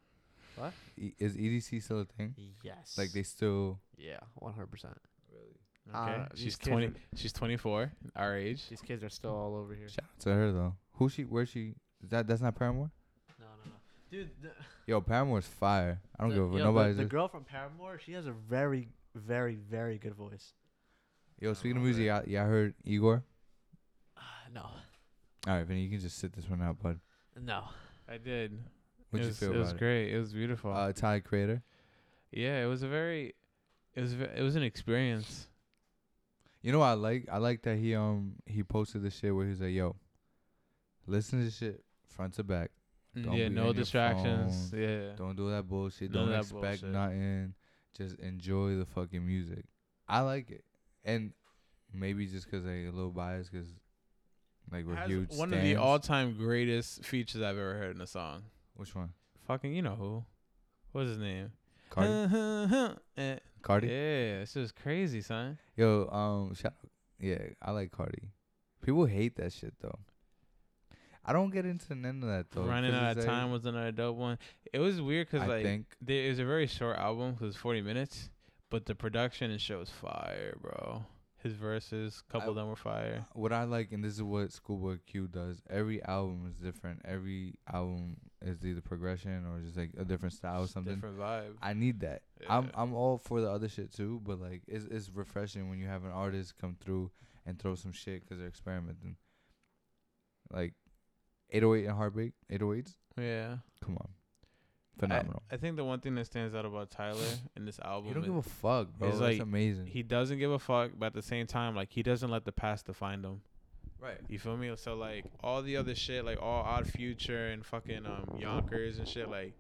S3: What?
S1: E- is EDC still a thing?
S3: Yes.
S1: Like they still?
S3: Yeah, one hundred percent.
S2: Okay.
S3: Uh,
S2: she's
S3: these kids
S2: twenty.
S3: are-
S2: She's twenty four. Our age.
S3: These kids are still all over here.
S1: Shout out to her though. Who she? Where she? Is that that's not Paramore.
S3: No, no, no, dude. The,
S1: Yo, Paramore's fire. I don't
S3: the-
S1: give a fuck.
S3: yo,
S1: Nobody's.
S3: The,
S1: The,
S3: the girl from Paramore, she has a very, very, very good voice.
S1: yo, speaking of
S2: know
S1: music, y'all, y'all heard Igor.
S3: Uh, no,
S1: All right, Vinny, you can just sit this one out, bud.
S3: no.
S2: I did.
S1: What'd
S2: it
S1: you
S2: was,
S1: feel
S2: It
S1: about
S2: was
S1: it?
S2: great. It was beautiful.
S1: Uh, Ty Creator.
S2: yeah. It was a very. It was. ve- It was an experience.
S1: You know what I like? I like that he um he posted this shit where he's like, yo, listen to this shit front to back.
S2: Mm,
S1: Don't
S2: yeah.
S1: be
S2: No
S1: on your
S2: distractions.
S1: phone.
S2: Yeah.
S1: Don't do that bullshit.
S2: None
S1: Don't
S2: of that
S1: expect
S2: bullshit.
S1: nothing. Just enjoy the fucking music. I like it, and maybe just 'cause I a little biased 'cause like we're
S2: Has
S1: huge.
S2: one
S1: stans.
S2: of the all-time greatest features I've ever heard in a song.
S1: Which one?
S2: Fucking, you know who? What's his name?
S1: Cardi.
S2: Eh,
S1: Cardi.
S2: Uh, Yeah, this is crazy, son.
S1: Yo, um, shout yeah, I like Cardi. People hate that shit though. I don't get into none of that though.
S2: Running
S1: 'cause
S2: out
S1: it's
S2: of
S1: like-
S2: time was another dope one. It was weird because
S1: I
S2: like
S1: think
S2: there is a very short album, 'cause it's forty minutes, but the production and shit was fire, bro. His verses, couple of them were fire.
S1: what I like, and this is what Schoolboy Q does. Every album is different. Every album is either progression or just like a different style or
S2: Just
S1: something.
S2: Different vibe.
S1: I need that. I'm
S2: Yeah.
S1: I'm all for the other shit too, but like it's it's refreshing when you have an artist come through and throw some shit 'cause they're experimenting. Like, 808 and Heartbreak, 808s.
S2: yeah.
S1: Come on, phenomenal.
S2: I, I think the one thing that stands out about Tyler in this album
S1: you don't
S2: is
S1: give a fuck, bro.
S2: it's
S1: That's
S2: like
S1: amazing.
S2: he doesn't give a fuck, but at the same time, like he doesn't let the past define him.
S1: right.
S2: You feel me? So like all the other shit, like all Odd Future and fucking um Yonkers and shit, like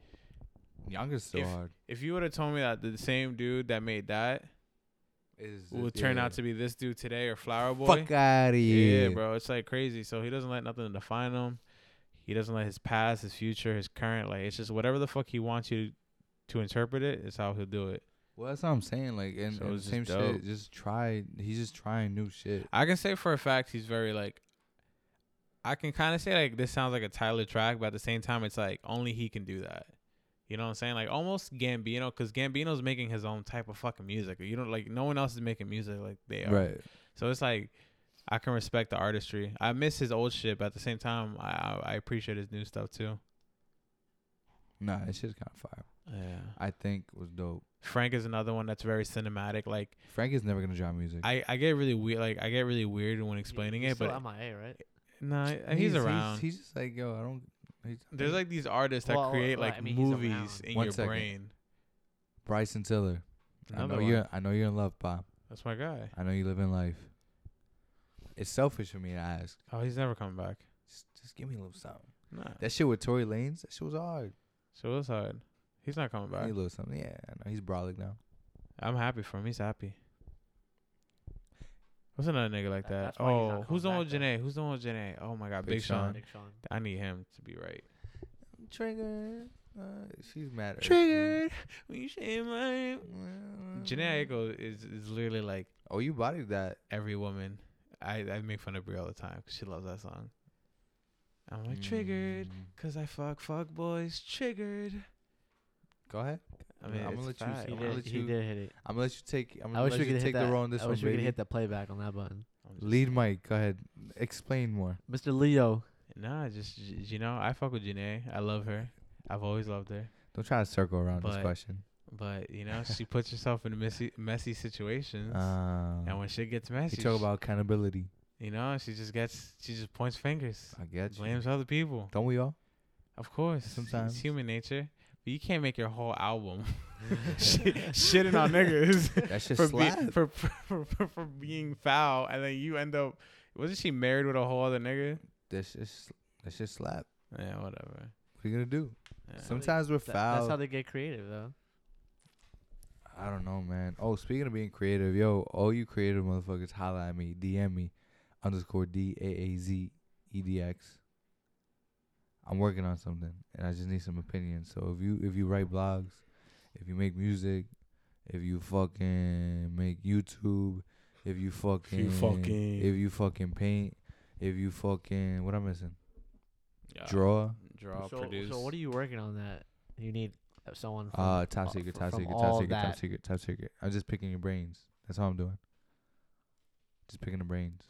S1: Younger's so
S2: If-
S1: hard.
S2: if you would have told me that the same dude that made that
S1: Is
S2: will turn out to be this dude today or Flower Boy,
S1: fuck out of
S2: yeah,
S1: here,
S2: bro, it's like crazy. So he doesn't let nothing define him. He doesn't let his past, his future, his current, like it's just whatever the fuck he wants you to, to interpret it is how he'll do it.
S1: Well, that's what I'm saying. Like, and,
S2: So
S1: and
S2: it's just
S1: same
S2: dope.
S1: shit. Just try. He's just trying new shit.
S2: I can say for a fact he's very like. I can kind of say like this sounds like a Tyler track, but at the same time, it's like only he can do that. You know what I'm saying? Like almost Gambino, because Gambino's making his own type of fucking music. You don't like no one else is making music like they are.
S1: Right.
S2: So it's like I can respect the artistry. I miss his old shit, but at the same time, I I, I appreciate his new stuff too.
S1: Nah, that shit's kind of fire.
S2: Yeah.
S1: I think was dope.
S2: Frank is another one that's very cinematic. Like
S1: Frank is never gonna drop music.
S2: I, I get really weird. Like I get really weird when
S3: He-
S2: explaining
S3: he's
S2: it, but
S3: still MIA, right?
S2: nah, um, he's, around.
S1: He's, just like, yo, I don't. He's,
S2: There's like these artists that
S3: Well,
S2: create
S3: well,
S2: like
S3: I mean, he's around.
S2: movies in
S1: One
S2: your
S1: second.
S2: brain.
S1: Bryson Tiller. I know
S2: Another one.
S1: you're. I know you're in love, Pop.
S2: That's my guy.
S1: I know you live in life. It's selfish for me to ask.
S2: Oh, he's never coming back.
S1: Just, just give me a little something.
S2: Nah.
S1: That shit with Tory Lanez, that shit was hard.
S2: So it's hard. He's not coming
S1: Give
S2: back.
S1: me a little something. Yeah, I know. He's brolic now.
S2: I'm happy for him. He's happy. What's another nigga like
S3: That-
S2: that?
S3: that's why he's not
S2: oh, who's the
S3: coming
S2: one with
S3: back, though.
S2: Janae? Who's the one with Janae? Oh my God, Big,
S1: Big
S2: Sean.
S1: Sean.
S3: Nick Sean.
S2: I need him to be right.
S1: Trigger. Uh, she's mad. at
S2: Triggered when you say my name.
S1: you.
S2: Janae Aiko is is literally like
S1: Mm. Oh, you bodied that.
S2: every woman. I I make fun of Brie all the time 'cause she loves that song. I'm like
S1: Mm.
S2: triggered 'cause I fuck fuck boys. Triggered.
S1: Go ahead.
S2: I mean,
S1: I'ma let
S2: it's
S1: you-
S2: fact.
S3: He
S1: I'ma
S2: I'm
S1: let
S3: did, he
S1: you-
S3: did hit it.
S1: I'm gonna let you take. I'm
S3: I
S1: gonna
S3: wish
S1: let
S3: we
S1: you
S3: could hit
S1: take
S3: that.
S1: the role on this
S3: I
S1: one,
S3: wish we
S1: baby.
S3: could hit the playback on that button.
S2: just-
S1: Lead Mike. Go ahead. Explain more.
S3: Mr. Leo.
S2: Nah, just j- you know, I fuck with Janae. I love her. I've always loved her.
S1: Don't try to circle around
S2: But-
S1: this question.
S2: But you know, she puts herself in messy messy situations,
S1: Um,
S2: and when shit gets
S1: you
S2: messy,
S1: talk
S2: sh-
S1: about accountability.
S2: you know, she just gets she just points fingers,
S1: I get you.
S2: blames other people.
S1: Don't we all?
S2: Of course, it's-
S1: Sometimes.
S2: it's human nature. But you can't make your whole album shit, shitting on niggas
S1: That shit
S2: for, be,
S1: slap.
S2: for, for, for for being foul, and then you end up wasn't she married with a whole other nigga?
S1: That shit. sl- That shit slap.
S2: Yeah, whatever.
S1: What are you gonna do?
S2: Yeah.
S1: Sometimes we're
S3: That, that's
S1: foul.
S3: how they get creative, though.
S1: I don't know, man. Oh, speaking of being creative, yo, all you creative motherfuckers, holla at me, DM me. underscore D A A Z E D X. I'm working on something, and I just need some opinions. So if you if you write blogs, if you make music, if you fucking make YouTube, if you fucking
S2: fucking-
S1: if you fucking paint, if you fucking what I'm missing,
S2: Yeah.
S1: draw,
S2: draw,
S3: so,
S2: produce.
S3: so what are you working on that you need someone from,
S1: uh, top
S3: uh,
S1: secret,
S3: fr-
S1: top
S3: from
S1: secret,
S3: all
S1: top secret, top
S3: that.
S1: secret, top secret. I'm just picking your brains. That's all I'm doing. Just picking the brains.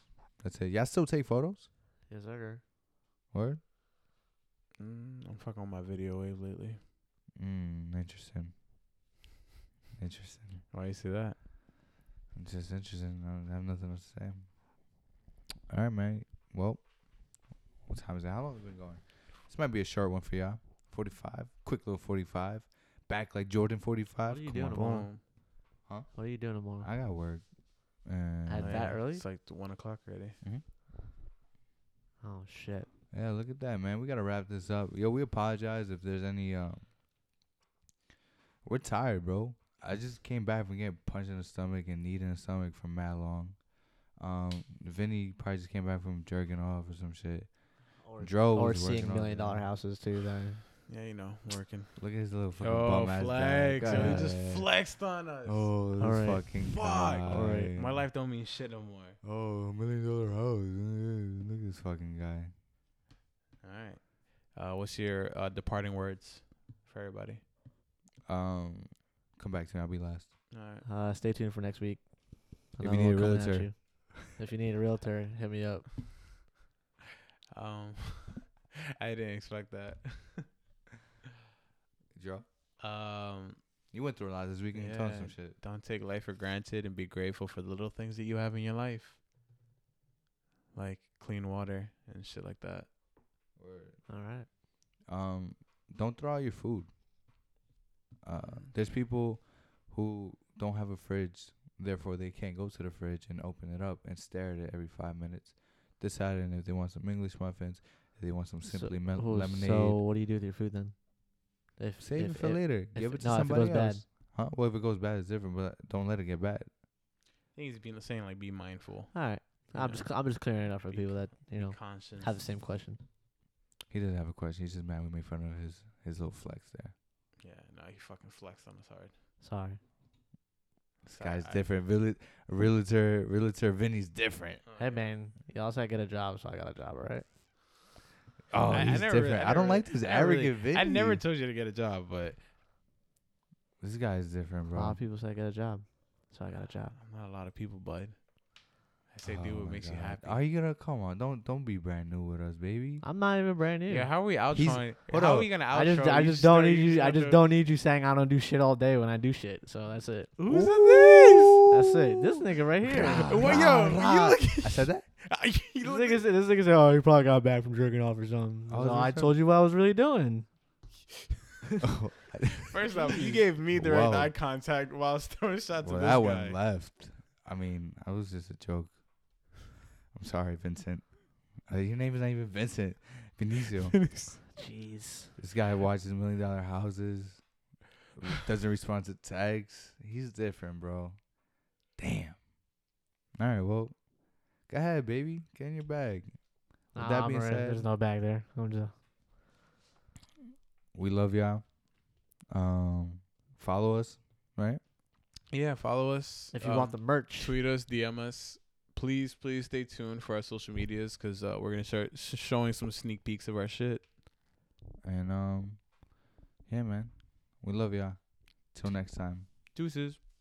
S1: That's it. Y'all still take photos?
S3: Yes, sir.
S1: Word.
S2: Mm, I'm fucking on my video wave lately.
S1: Mm, interesting. Interesting.
S2: Why you say that?
S1: It's just interesting. I don't have nothing else to say. All right, man. Well, what time is it? How long have we been going? This might be a short one for y'all. 45. Quick little 45. Back like Jordan 45.
S3: What are you
S1: Come
S3: doing
S1: on.
S3: tomorrow?
S2: Boom.
S3: What are you doing tomorrow?
S1: I got work. And
S3: At
S2: Oh,
S3: that early?
S2: It's like th- one o'clock already.
S3: oh shit.
S1: Yeah, look at that, man. We gotta wrap this up. Yo, we apologize if there's any. Um, we're tired, bro. I just came back from getting punched in the stomach and kneed in the stomach for mad long. Um, Vinny probably just came back from jerking off or some shit.
S3: Or,
S1: Dro
S3: or
S1: was
S3: seeing
S1: working on
S3: million
S1: that.
S3: dollar houses too. Then
S2: Yeah, you know, working.
S1: Look at his little fucking
S2: Oh,
S1: bum ass.
S2: flex.
S1: dad.
S2: Oh,
S3: Yeah.
S2: He just
S1: God.
S2: flexed on us.
S1: Oh, this
S3: All right.
S1: fucking
S2: Fuck.
S1: guy.
S2: All
S3: right.
S2: My life don't mean shit no more.
S1: Oh, a million dollar house. Look at this fucking guy.
S2: All right. Uh, what's your uh, departing words for everybody?
S1: Um, come back to me. I'll be last.
S2: All right.
S3: uh, stay tuned for next week.
S1: If you
S3: Another
S1: need
S3: one
S1: a
S3: coming at
S1: realtor.
S3: you. if you need a realtor, hit me up.
S2: Um, I didn't expect that.
S1: Joe,
S2: Um,
S1: you went through a lot this weekend. Tell us
S2: Yeah.
S1: some shit.
S2: don't take life for granted and be grateful for the little things that you have in your life, like clean water and shit like that.
S3: All right.
S1: um, don't throw out your food. Uh,
S2: Mm.
S1: there's people who don't have a fridge, therefore they can't go to the fridge and open it up and stare at it every five minutes, deciding if they want some English muffins, if they want some
S3: So-
S1: simply mel-
S3: Well,
S1: Uh, lemonade.
S3: So what do you do with your food then? If
S1: Save
S3: if
S1: it for later. Give
S3: it-
S1: it to
S3: no, if it
S1: somebody
S3: goes bad.
S1: else. Huh? Well, if it goes bad, it's different, but don't let it get bad.
S2: I think he's being saying like be mindful.
S3: All right.
S2: you
S3: I'm
S2: know,
S3: just I'm just clearing it up for
S2: Be
S3: people that you know
S2: conscious.
S3: have the same question.
S1: He doesn't have a question. He's just mad we made fun of his his little flex there.
S2: Yeah, no, he fucking flexed on us hard.
S3: Sorry.
S1: This
S2: So
S1: guy's
S2: I-
S1: different. Reali- realtor, realtor Vinny's different.
S2: Oh,
S3: Hey
S2: yeah.
S3: man, you also gotta get a job, so I got a job, all right?
S1: Oh,
S2: I- I
S1: he's
S2: never
S1: different.
S2: really- I
S1: I
S2: never
S1: don't like
S2: really-
S1: this
S2: I really-
S1: arrogant Vinny.
S2: I never told you to get a job, but
S1: This guy's different,
S3: A lot
S1: bro.
S3: of people say I got a job, so I got a job.
S2: I'm not a lot of people, bud. I say do
S1: Oh
S2: what
S1: my
S2: makes you
S1: God.
S2: happy. Ah,
S1: Are you gonna come on? Don't don't be brand new with us, baby.
S3: I'm not even brand new.
S2: yeah, how are we
S1: He's-
S2: outroing?
S1: hold
S2: How
S1: on.
S2: are we gonna outro?
S3: I just I
S2: You
S3: just don't
S2: started-
S3: need you. I just
S2: outro-
S3: don't need you saying I don't do shit all day when I do shit. So that's it.
S2: Who said this?
S3: That's it. This nigga right here.
S1: Rah,
S2: Well,
S1: rah,
S2: yo,
S1: rah.
S2: you look-
S1: I said that.
S2: You
S3: This
S2: look-
S3: nigga, said, this nigga said, "Oh, you probably got back from jerking off or something."
S1: I was
S3: So
S1: gonna
S3: I
S1: say-
S3: told you what I was really doing.
S2: First off, you gave me the right
S1: Whoa.
S2: eye contact while I was throwing shots
S1: well,
S2: at
S1: that
S2: this guy.
S1: one left. I mean, I was just a joke. I'm sorry, Vincent. Uh, your name is not even Vincent. Benicio.
S3: Jeez.
S1: this guy watches million dollar houses. Doesn't respond to texts. He's different, bro. Damn. All right, well, go ahead, baby. Get in your bag. With
S3: Nah,
S1: that
S3: I'm
S1: being
S3: alright.
S1: said-
S3: there's no bag there. I'm just
S1: We love y'all. Um, follow us, right?
S2: Yeah, follow us.
S3: if you
S1: oh.
S3: want
S2: um,
S3: the merch.
S2: tweet us, DM us. Please, please stay tuned for our social medias because uh, we're gonna start sh- showing some sneak peeks of our shit.
S1: And um, yeah, man, we love y'all. Till next time.
S2: Deuces.